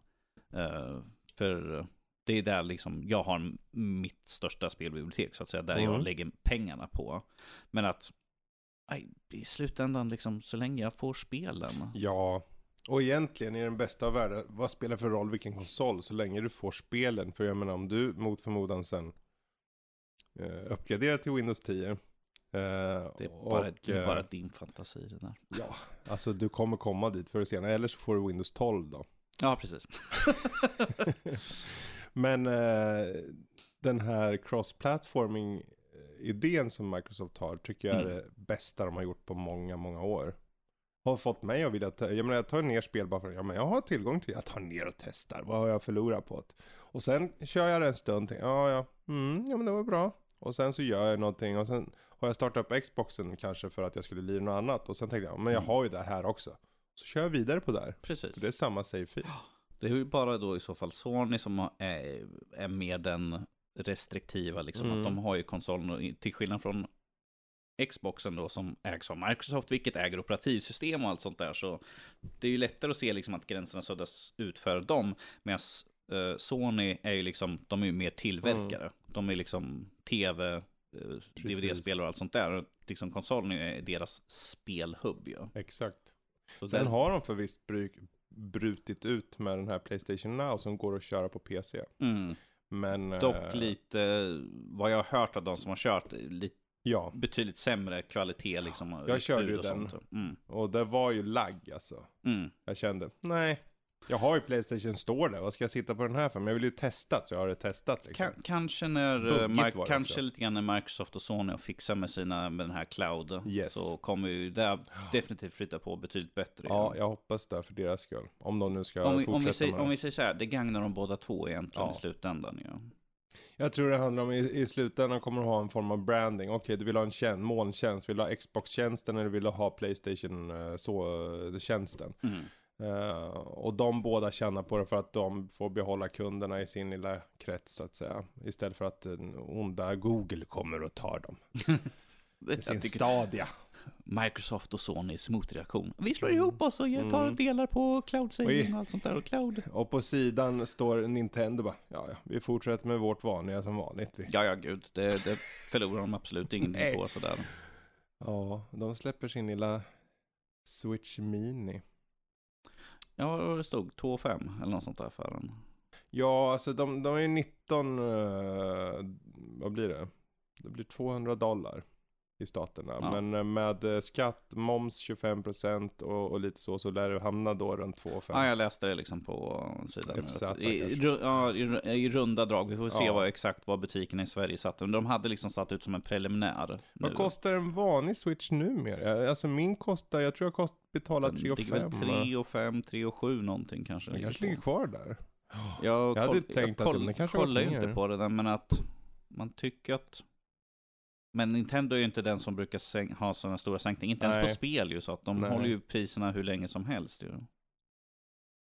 [SPEAKER 2] Eh, för det är där liksom jag har m- mitt största spelbibliotek, så att säga. Där
[SPEAKER 1] Mm.
[SPEAKER 2] jag lägger pengarna på. Men att... Aj, I slutändan, liksom, så länge jag får spelen.
[SPEAKER 1] Ja. Och egentligen i den bästa av världar, vad spelar för roll vilken konsol så länge du får spelen? För jag menar om du mot förmodan sen eh, uppgraderar till Windows 10. Eh,
[SPEAKER 2] Det är, bara,
[SPEAKER 1] och,
[SPEAKER 2] det är
[SPEAKER 1] eh,
[SPEAKER 2] bara din fantasi det där.
[SPEAKER 1] Ja, alltså du kommer komma dit förr eller senare. Eller så får du Windows 12 då.
[SPEAKER 2] Ja, precis.
[SPEAKER 1] Men eh, den här cross-platforming eh, idén som Microsoft har tycker jag är
[SPEAKER 2] Mm.
[SPEAKER 1] det bästa de har gjort på många, många år. Har fått mig att vilja, ta- jag menar jag tar ner spel bara för att ja, men jag har tillgång till, jag tar ner och testar, vad har jag förlorat på det? Och sen kör jag det en stund, tänker, ja ja, mm, ja men det var bra. Och sen så gör jag någonting och sen har jag startat upp Xboxen kanske för att jag skulle lira något annat. Och sen tänkte jag, men jag har ju det här också. Så kör jag vidare på det här.
[SPEAKER 2] precis.
[SPEAKER 1] Det är samma save fil.
[SPEAKER 2] Det är ju bara då i så fall Sony som har- är, är mer den restriktiva, liksom.
[SPEAKER 1] Mm.
[SPEAKER 2] Att de har ju konsolen, och i- till skillnad från Xboxen då som ägs av Microsoft, vilket äger operativsystem och allt sånt där. Så det är ju lättare att se liksom att gränserna suddas ut för dem. Medan eh, Sony är ju liksom, de är ju mer tillverkare.
[SPEAKER 1] Mm.
[SPEAKER 2] De är liksom tv, eh, dvd-spelare och allt sånt där. Och Liksom konsolen är deras spelhubb ju.
[SPEAKER 1] Exakt.
[SPEAKER 2] Så
[SPEAKER 1] Sen
[SPEAKER 2] där-
[SPEAKER 1] har de förvisst bruk, brutit ut med den här Playstation Now som går att köra på PC.
[SPEAKER 2] mm.
[SPEAKER 1] Men... eh,
[SPEAKER 2] Dock lite, vad jag har hört av de som har kört, lite,
[SPEAKER 1] Ja,
[SPEAKER 2] betydligt sämre kvalitet liksom. och
[SPEAKER 1] Jag
[SPEAKER 2] utbud
[SPEAKER 1] körde ju
[SPEAKER 2] och
[SPEAKER 1] den.
[SPEAKER 2] sånt. Mm,
[SPEAKER 1] och det var ju lagg alltså.
[SPEAKER 2] mm.
[SPEAKER 1] Jag kände, nej. Jag har ju Playstation Store där, vad ska jag sitta på den här för? Men jag vill ju testa, så jag har det testat liksom.
[SPEAKER 2] Ka- kanske när,
[SPEAKER 1] Buggigt
[SPEAKER 2] eh, Mar-
[SPEAKER 1] var det också.
[SPEAKER 2] kanske lite grann när Microsoft och Sony har fixat med, sina, med den här cloud.
[SPEAKER 1] Yes.
[SPEAKER 2] Så kommer ju det definitivt flytta på betydligt bättre.
[SPEAKER 1] Ja, jag hoppas det för deras skull. Om de nu ska
[SPEAKER 2] om, vi,
[SPEAKER 1] fortsätta
[SPEAKER 2] om, vi
[SPEAKER 1] med
[SPEAKER 2] säger,
[SPEAKER 1] det.
[SPEAKER 2] om vi säger så här, det gagnar de båda två egentligen
[SPEAKER 1] Ja.
[SPEAKER 2] i slutändan. Ja.
[SPEAKER 1] Jag tror det handlar om i, i slutändan kommer du ha en form av branding. Okej, du vill ha en tjän- molntjänst, vill du ha Xbox-tjänsten eller vill du ha eh, Playstation-tjänsten?
[SPEAKER 2] Mm.
[SPEAKER 1] Eh, och de båda tjänar på det för att de får behålla kunderna i sin lilla krets så att säga. Istället för att den onda Google kommer och tar dem. I sin
[SPEAKER 2] Jag tycker
[SPEAKER 1] Stadia.
[SPEAKER 2] Microsoft och Sonys motreaktion. Vi slår ihop oss och ger- tar
[SPEAKER 1] Mm.
[SPEAKER 2] delar på cloud
[SPEAKER 1] Oj.
[SPEAKER 2] och allt sånt där. Och cloud.
[SPEAKER 1] Och på sidan står Nintendo bara, ja ja, vi fortsätter med vårt vanliga som vanligt. Vi.
[SPEAKER 2] Ja, ja, gud. Det, det förlorar de absolut
[SPEAKER 1] Nej.
[SPEAKER 2] ingenting på sådär.
[SPEAKER 1] Ja, de släpper sin lilla Switch Mini.
[SPEAKER 2] Ja, vad det stod 2 5 eller något sånt där för den.
[SPEAKER 1] Ja, alltså de, de är ju 19, eh, vad blir det? Det blir 200 dollar i staterna.
[SPEAKER 2] Ja.
[SPEAKER 1] Men eh, med eh, skatt, moms 25% och, och lite så, så lär det hamna då runt 2,5.
[SPEAKER 2] Ja, jag läste det liksom på sidan.
[SPEAKER 1] FZ
[SPEAKER 2] I, i,
[SPEAKER 1] kanske.
[SPEAKER 2] ru- ja, i, ru- I runda drag. Vi får se
[SPEAKER 1] Ja.
[SPEAKER 2] vad, exakt vad butikerna i Sverige satte. Men de hade liksom satt ut som en preliminär.
[SPEAKER 1] Vad kostar en vanlig switch numera? Alltså min kostar, jag tror jag kost, betalar 3
[SPEAKER 2] ligger väl 3 och 5, 3 och 7 någonting kanske.
[SPEAKER 1] Den
[SPEAKER 2] ligger
[SPEAKER 1] kanske
[SPEAKER 2] på.
[SPEAKER 1] ligger kvar där.
[SPEAKER 2] Jag,
[SPEAKER 1] Jag hade
[SPEAKER 2] koll-
[SPEAKER 1] tänkt att
[SPEAKER 2] jag
[SPEAKER 1] den kanske har
[SPEAKER 2] kollar ju
[SPEAKER 1] gått
[SPEAKER 2] inte
[SPEAKER 1] ner.
[SPEAKER 2] på det där, men att man tycker att... Men Nintendo är ju inte den som brukar säng- ha sådana stora sänkningar. Inte ens
[SPEAKER 1] Nej.
[SPEAKER 2] på spel ju, så att de
[SPEAKER 1] Nej.
[SPEAKER 2] håller ju priserna hur länge som helst ju.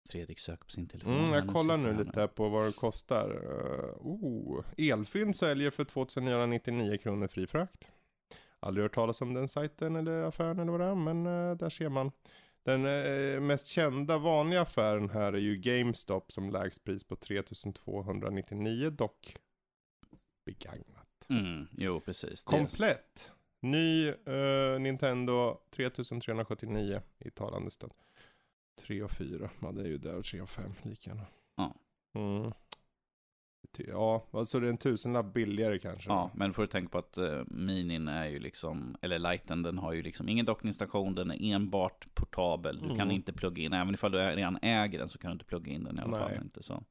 [SPEAKER 2] Fredrik söker på sin telefon.
[SPEAKER 1] Mm,
[SPEAKER 2] här,
[SPEAKER 1] jag kollar
[SPEAKER 2] sitter
[SPEAKER 1] nu
[SPEAKER 2] han
[SPEAKER 1] lite här på vad det kostar. Eh, oh, elfynd säljer för 2999 kronor fri frakt. Aldrig hört talas om den sajten eller affären eller vad det är, men eh, där ser man. Den eh, mest kända vanliga affären här är ju GameStop som lägstpris på 3299 dock. Begagnat.
[SPEAKER 2] Mm, jo, precis. Det är-
[SPEAKER 1] Komplett. Ny eh, Nintendo 3379 i talande stund. 3 och 4, ja det är ju där och 3 och 5 lika gärna.
[SPEAKER 2] Ja.
[SPEAKER 1] Mm. Ty- Ja, alltså det är en tusenlapp billigare kanske.
[SPEAKER 2] Ja, men får du tänka på att eh, Minin är ju liksom, eller Lighten, den har ju liksom ingen dockningsstation, den är enbart portabel. Du kan
[SPEAKER 1] Mm.
[SPEAKER 2] inte plugga in, även ifall du redan äger den så kan du inte plugga in den i alla
[SPEAKER 1] Nej.
[SPEAKER 2] fall. Inte så.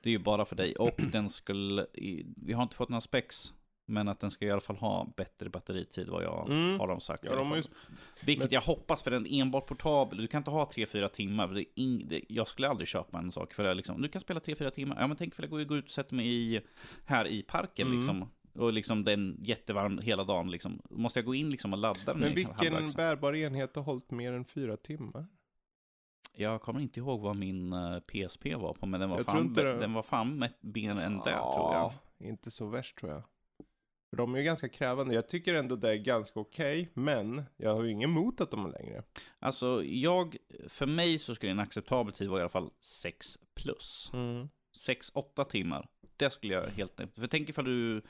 [SPEAKER 2] Det är ju bara för dig. Och den skulle, i- vi har inte fått några specs, men att den ska i alla fall ha bättre batteritid vad jag
[SPEAKER 1] Mm.
[SPEAKER 2] har de sagt. i
[SPEAKER 1] Ja,
[SPEAKER 2] alla
[SPEAKER 1] de har ju
[SPEAKER 2] fall. Vilket jag hoppas, för den är enbart portabel. Du kan inte ha 3-4 timmar. För det är ing... det... Jag skulle aldrig köpa en sak för det. är Liksom. Du kan spela 3-4 timmar. Ja, men tänk för att gå gå ut och sätta mig i... här i parken.
[SPEAKER 1] Mm.
[SPEAKER 2] Liksom. Och liksom den jättevarm hela dagen. Liksom. Måste jag gå in liksom, och ladda den?
[SPEAKER 1] Men
[SPEAKER 2] i
[SPEAKER 1] vilken
[SPEAKER 2] halvdags?
[SPEAKER 1] bärbar enhet har hållit mer än fyra timmar?
[SPEAKER 2] Jag kommer inte ihåg vad min eh, PSP var på, men den var
[SPEAKER 1] Jag tror
[SPEAKER 2] fan,
[SPEAKER 1] inte
[SPEAKER 2] be-
[SPEAKER 1] det.
[SPEAKER 2] den var fan med ben än det, tror jag.
[SPEAKER 1] Inte så värst tror jag. För de är ju ganska krävande. Jag tycker ändå det är ganska okej, men jag har ju ingen emot att de är längre.
[SPEAKER 2] Alltså, jag... För mig så skulle en acceptabel tid vara i alla fall 6 plus.
[SPEAKER 1] Mm.
[SPEAKER 2] 6-8 timmar. Det skulle jag helt enkelt. För tänk ifall du...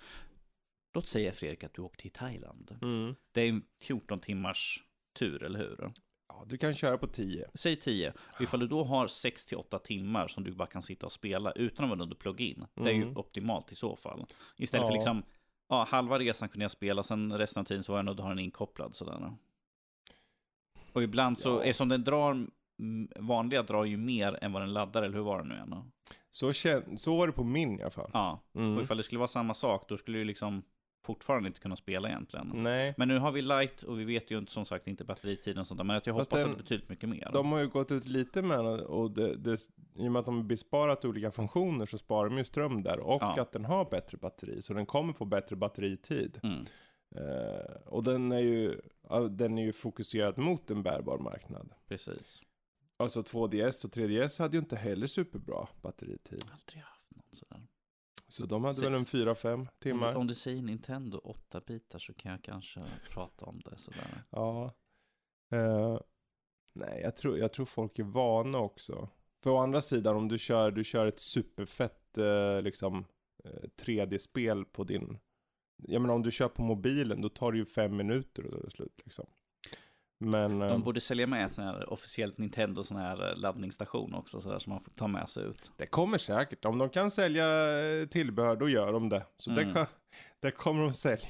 [SPEAKER 2] Låt säga Fredrik att du åkte till Thailand.
[SPEAKER 1] Mm.
[SPEAKER 2] Det är en 14 timmars tur, eller hur?
[SPEAKER 1] Ja, du kan köra på 10.
[SPEAKER 2] Säg 10. Ifall du då har 6-8 timmar som du bara kan sitta och spela utan att vara under plug-in. Det är ju
[SPEAKER 1] Mm.
[SPEAKER 2] optimalt i så fall. Istället
[SPEAKER 1] Ja.
[SPEAKER 2] för liksom, ja, halva resan kunde jag spela, sen resten av tiden så var jag nöjd att ha den inkopplad sådär. Och ibland så,
[SPEAKER 1] Ja.
[SPEAKER 2] eftersom den drar, m, vanliga drar ju mer än vad den laddar, eller hur var det nu igen?
[SPEAKER 1] Så, kän- så var det på min i alla fall.
[SPEAKER 2] Ja,
[SPEAKER 1] Mm.
[SPEAKER 2] Och ifall det skulle vara samma sak, då skulle du liksom fortfarande inte kunna spela egentligen.
[SPEAKER 1] Nej,
[SPEAKER 2] Men nu har vi light och vi vet ju inte som sagt inte batteritiden och sånt där, men att jag
[SPEAKER 1] Fast
[SPEAKER 2] hoppas
[SPEAKER 1] den-
[SPEAKER 2] att det betyder mycket mer.
[SPEAKER 1] de har ju gått ut lite med den och det, det, i och med att de besparat olika funktioner så sparar de ju ström där och
[SPEAKER 2] Ja.
[SPEAKER 1] att den har bättre batteri så den kommer få bättre batteritid.
[SPEAKER 2] Mm.
[SPEAKER 1] Eh, och den är, ju, ja, den är ju fokuserad mot en bärbar marknad.
[SPEAKER 2] Precis.
[SPEAKER 1] Alltså 2DS och 3DS hade ju inte heller superbra batteritid.
[SPEAKER 2] Aldrig haft någon sådär.
[SPEAKER 1] Så de hade
[SPEAKER 2] Sex.
[SPEAKER 1] väl en 4-5
[SPEAKER 2] Om du,
[SPEAKER 1] timmar.
[SPEAKER 2] om du säger Nintendo 8-bitar så kan jag kanske prata om det sådär.
[SPEAKER 1] Ja. Eh, nej, jag tror, jag tror folk är vana också. För å andra sidan, om du kör, du kör ett superfett eh, liksom, eh, 3D-spel på din... Jag menar om du kör på mobilen, då tar det ju fem minuter och då är det slut liksom. Men... eh,
[SPEAKER 2] De borde sälja med en sån här officiellt Nintendo sån här eh, laddningsstation också sådär som man får ta med sig ut.
[SPEAKER 1] Det kommer säkert. Om de kan sälja eh, tillbehör, då gör de det. Så det,
[SPEAKER 2] Mm.
[SPEAKER 1] kan, det kommer de sälja.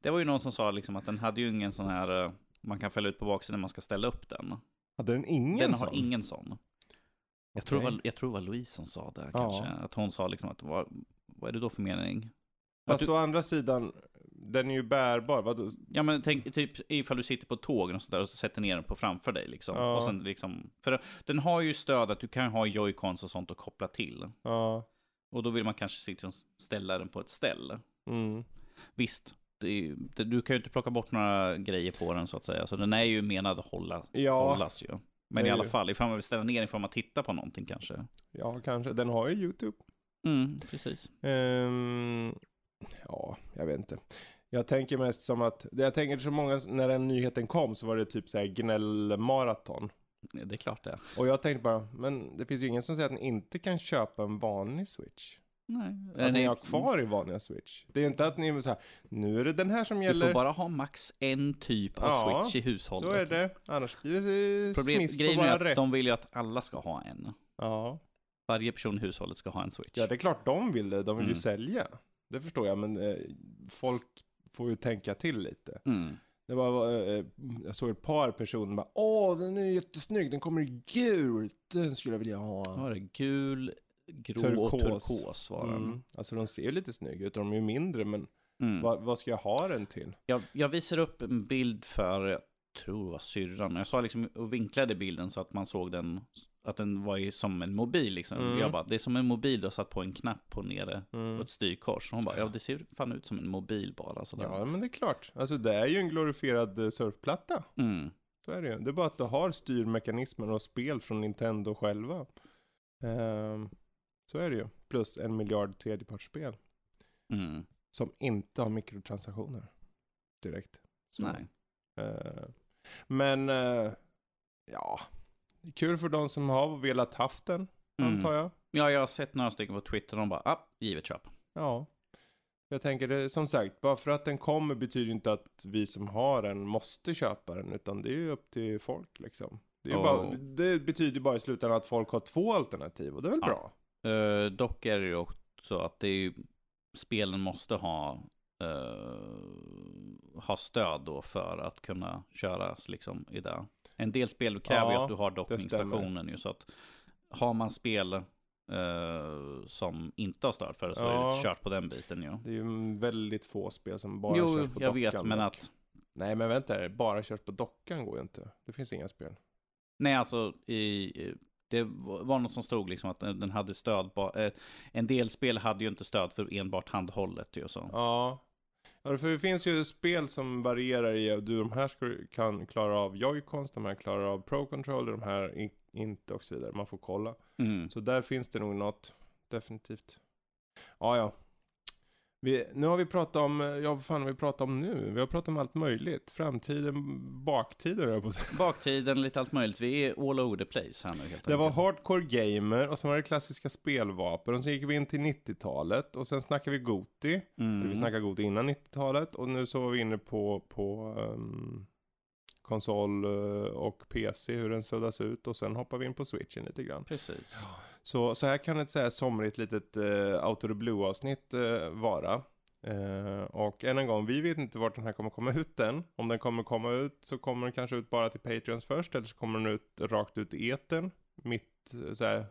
[SPEAKER 2] Det var ju någon som sa liksom att den hade ju ingen sån här, eh, man kan fälla ut på baksidan när man ska ställa upp den.
[SPEAKER 1] Hade den ingen
[SPEAKER 2] den
[SPEAKER 1] sån?
[SPEAKER 2] har ingen sån. Jag, tror det
[SPEAKER 1] Okej.
[SPEAKER 2] var, jag tror det var Louise som sa det
[SPEAKER 1] Ja.
[SPEAKER 2] kanske. Att hon sa liksom att vad, vad är det då för mening?
[SPEAKER 1] Fast
[SPEAKER 2] Att du-
[SPEAKER 1] å andra sidan, den är ju bärbar. Vadå?
[SPEAKER 2] Ja men tänk typ ifall du sitter på tågen och sådär och så sätter ner den på framför dig liksom.
[SPEAKER 1] Ja.
[SPEAKER 2] Och sen liksom för den har ju stöd att du kan ha joycons och sånt att koppla till.
[SPEAKER 1] Ja.
[SPEAKER 2] Och då vill man kanske sitta och ställa den på ett ställe.
[SPEAKER 1] Mm.
[SPEAKER 2] Visst, det är, ju- det, du kan ju inte plocka bort några grejer på den så att säga. Så den är ju menad att hålla,
[SPEAKER 1] Ja,
[SPEAKER 2] hållas ju.
[SPEAKER 1] det
[SPEAKER 2] Men
[SPEAKER 1] är
[SPEAKER 2] i alla
[SPEAKER 1] ju-
[SPEAKER 2] fall, ifall man vill ställa ner den får man titta på någonting kanske.
[SPEAKER 1] ja, kanske. Den har ju YouTube.
[SPEAKER 2] Mm, precis.
[SPEAKER 1] Ehm, ja, jag vet inte. Jag tänker mest som att, jag tänker så många, när den nyheten kom så var det typ så här gnällmaraton.
[SPEAKER 2] Det är klart det.
[SPEAKER 1] Och jag tänkte bara, men det finns ju ingen som säger att ni inte kan köpa en vanlig switch.
[SPEAKER 2] Nej.
[SPEAKER 1] Att ni har kvar i vanliga switch. Det är inte att ni är så här, nu är det den här som
[SPEAKER 2] Du får
[SPEAKER 1] gäller.
[SPEAKER 2] bara ha max en typ av
[SPEAKER 1] Ja,
[SPEAKER 2] switch i hushållet.
[SPEAKER 1] Så är det, annars blir det eh,
[SPEAKER 2] Problem,
[SPEAKER 1] smisk på
[SPEAKER 2] grejen är
[SPEAKER 1] bara
[SPEAKER 2] att
[SPEAKER 1] rätt.
[SPEAKER 2] de vill ju att alla ska ha en.
[SPEAKER 1] Ja.
[SPEAKER 2] Varje person i hushållet ska ha en switch.
[SPEAKER 1] ja, det är klart de vill det. De vill ju
[SPEAKER 2] Mm.
[SPEAKER 1] sälja. Det förstår jag, men eh, folk får ju tänka till lite.
[SPEAKER 2] Mm.
[SPEAKER 1] Det var, eh, jag såg ett par personer bara, åh den är jättesnygg, den kommer i gult, den skulle jag vilja
[SPEAKER 2] Vad
[SPEAKER 1] ha.
[SPEAKER 2] var det? Gul, grå och
[SPEAKER 1] Turkos.
[SPEAKER 2] turkos var den.
[SPEAKER 1] Mm. Alltså de ser ju lite snygga ut, de är ju mindre, men
[SPEAKER 2] Mm.
[SPEAKER 1] vad, vad ska jag ha den till?
[SPEAKER 2] Jag, jag visar upp en bild för, jag tror det var syrran. Jag sa liksom och vinklade bilden så att man såg den, att den var ju som en mobil liksom.
[SPEAKER 1] Mm.
[SPEAKER 2] Jag bara, det är som en mobil du har satt på en knapp på nere och ett styrkors. Hon bara, ja det ser fan ut som en mobil bara. Sådär.
[SPEAKER 1] Ja, men det är klart. Alltså det är ju en glorifierad eh, surfplatta.
[SPEAKER 2] Mm.
[SPEAKER 1] Så är det ju. Det är bara att du har styrmekanismer och spel från Nintendo själva. Ehm, så är det ju. Plus en miljard tredjepartsspel.
[SPEAKER 2] Mm.
[SPEAKER 1] Som inte har mikrotransaktioner. Direkt. Så,
[SPEAKER 2] Nej.
[SPEAKER 1] ehm, men, eh, ja. Kul för de som har velat haft den,
[SPEAKER 2] Mm.
[SPEAKER 1] antar jag.
[SPEAKER 2] Ja, jag har sett några stycken på Twitter och de bara, ah, givet köp.
[SPEAKER 1] Ja. Jag tänker det, som sagt, bara för att den kommer betyder ju inte att vi som har den måste köpa den, utan det är ju upp till folk liksom. Det, är ju
[SPEAKER 2] Ja.
[SPEAKER 1] bara, det betyder ju bara i slutändan att folk har två alternativ och det är väl
[SPEAKER 2] Ja.
[SPEAKER 1] bra?
[SPEAKER 2] Eh, dock är det ju också att det är ju, spelen måste ha, eh, ha stöd då för att kunna köras liksom i det. En del spel kräver ju
[SPEAKER 1] Ja,
[SPEAKER 2] att du har dockningsstationen ju så att har man spel eh, som inte har stöd för det så är det
[SPEAKER 1] Ja.
[SPEAKER 2] lite kört på den biten ju.
[SPEAKER 1] Det är ju mm, väldigt få spel som bara
[SPEAKER 2] jo,
[SPEAKER 1] körs
[SPEAKER 2] jag
[SPEAKER 1] på dockan.
[SPEAKER 2] vet, men
[SPEAKER 1] dock.
[SPEAKER 2] att...
[SPEAKER 1] Nej, men vänta här. Bara körs på dockan går ju inte. Det finns inga spel.
[SPEAKER 2] Nej, alltså i... Det var något som stod liksom att den hade stöd på... eh, En del spel hade ju inte stöd för enbart handhållet ju och så.
[SPEAKER 1] Ja. ja, för det finns ju spel som varierar i, du de här ska, kan klara av Joy-Cons, de här klarar av Pro Controller, de här i- inte och så vidare. Man får kolla.
[SPEAKER 2] Mm.
[SPEAKER 1] Så där finns det nog något, definitivt. Ja, ja. Vi, nu har vi pratat om, ja vad fan har vi pratat om nu? Vi har pratat om allt möjligt. Framtiden, baktiden höll jag på att säga.
[SPEAKER 2] Baktiden, lite allt möjligt. Vi är all over the place här nu helt
[SPEAKER 1] Det var
[SPEAKER 2] enkelt.
[SPEAKER 1] hardcore gamer och sen var det klassiska spelvapen och sen gick vi in till 90-talet och sen snackade vi Goti. Eller
[SPEAKER 2] Mm.
[SPEAKER 1] Vi snackade god innan 90-talet och nu så var vi inne på, på ehm, konsol eh, och PC, hur den suddas ut och sen hoppar vi in på switchen lite grann.
[SPEAKER 2] Precis.
[SPEAKER 1] Så, så här kan ett så här somrigt litet uh, Out of the Blue-avsnitt eh, vara. Eh, och än en gång, vi vet inte vart den här kommer komma ut än. Om den kommer komma ut så kommer den kanske ut bara till Patreons först eller så kommer den ut rakt ut i etern. Mitt eh, så här,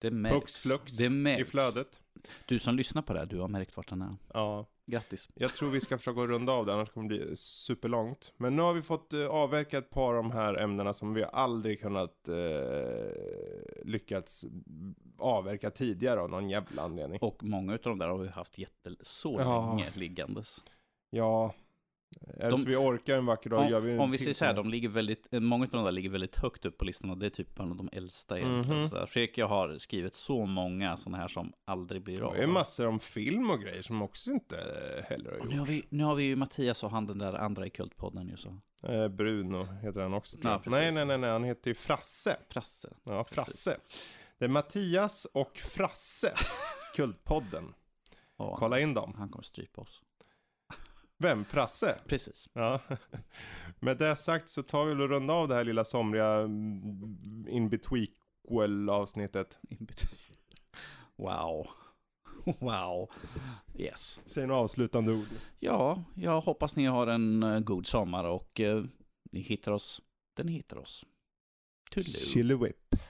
[SPEAKER 2] Det märks.
[SPEAKER 1] hux flux
[SPEAKER 2] det märks.
[SPEAKER 1] i flödet.
[SPEAKER 2] Du som lyssnar på det här, du har märkt vart den är.
[SPEAKER 1] Ja.
[SPEAKER 2] Grattis.
[SPEAKER 1] Jag tror vi ska försöka runda av det, annars kommer det bli superlångt. Men nu har vi fått eh, avverka ett par av de här ämnena som vi aldrig kunnat eh, lyckats avverka tidigare av någon jävla anledning.
[SPEAKER 2] Och många av de där har vi haft jätte, så
[SPEAKER 1] Ja.
[SPEAKER 2] länge liggandes.
[SPEAKER 1] Ja, eller så
[SPEAKER 2] De-
[SPEAKER 1] vi orkar en vacker dag gör vi en
[SPEAKER 2] Om vi
[SPEAKER 1] till
[SPEAKER 2] säger så här,
[SPEAKER 1] sån
[SPEAKER 2] de ligger väldigt, eh, många av de där ligger väldigt högt upp på listan och det är typ bland de äldsta egentligen.
[SPEAKER 1] Mhm.
[SPEAKER 2] Så här, Fredrik och jag har skrivit så många sådana här som aldrig blir av.
[SPEAKER 1] Det är massor om film och grejer som också inte eh, heller har
[SPEAKER 2] Och nu, har
[SPEAKER 1] gjorts.
[SPEAKER 2] vi, nu har vi ju Mattias och han den där andra i Kultpodden ju så.
[SPEAKER 1] Eh, Bruno heter han också tror
[SPEAKER 2] Ja,
[SPEAKER 1] jag.
[SPEAKER 2] precis.
[SPEAKER 1] nej, nej, nej, nej, han heter ju Frasse.
[SPEAKER 2] Frasse.
[SPEAKER 1] Ja,
[SPEAKER 2] Precis.
[SPEAKER 1] Frasse. Det är Mattias och Frasse, Kultpodden.
[SPEAKER 2] Ja,
[SPEAKER 1] Kolla in dem.
[SPEAKER 2] Han kommer strypa oss.
[SPEAKER 1] Vem? Frasse?
[SPEAKER 2] Precis.
[SPEAKER 1] Ja. Med det sagt så tar vi väl och runda av det här lilla somriga mm, in between avsnittet.
[SPEAKER 2] Wow. Wow. Yes.
[SPEAKER 1] Säg några avslutande ord.
[SPEAKER 2] Ja, jag hoppas ni har en eh, god sommar och eh, ni hittar oss. Den hittar oss. Toodaloo.
[SPEAKER 1] Chilliwip.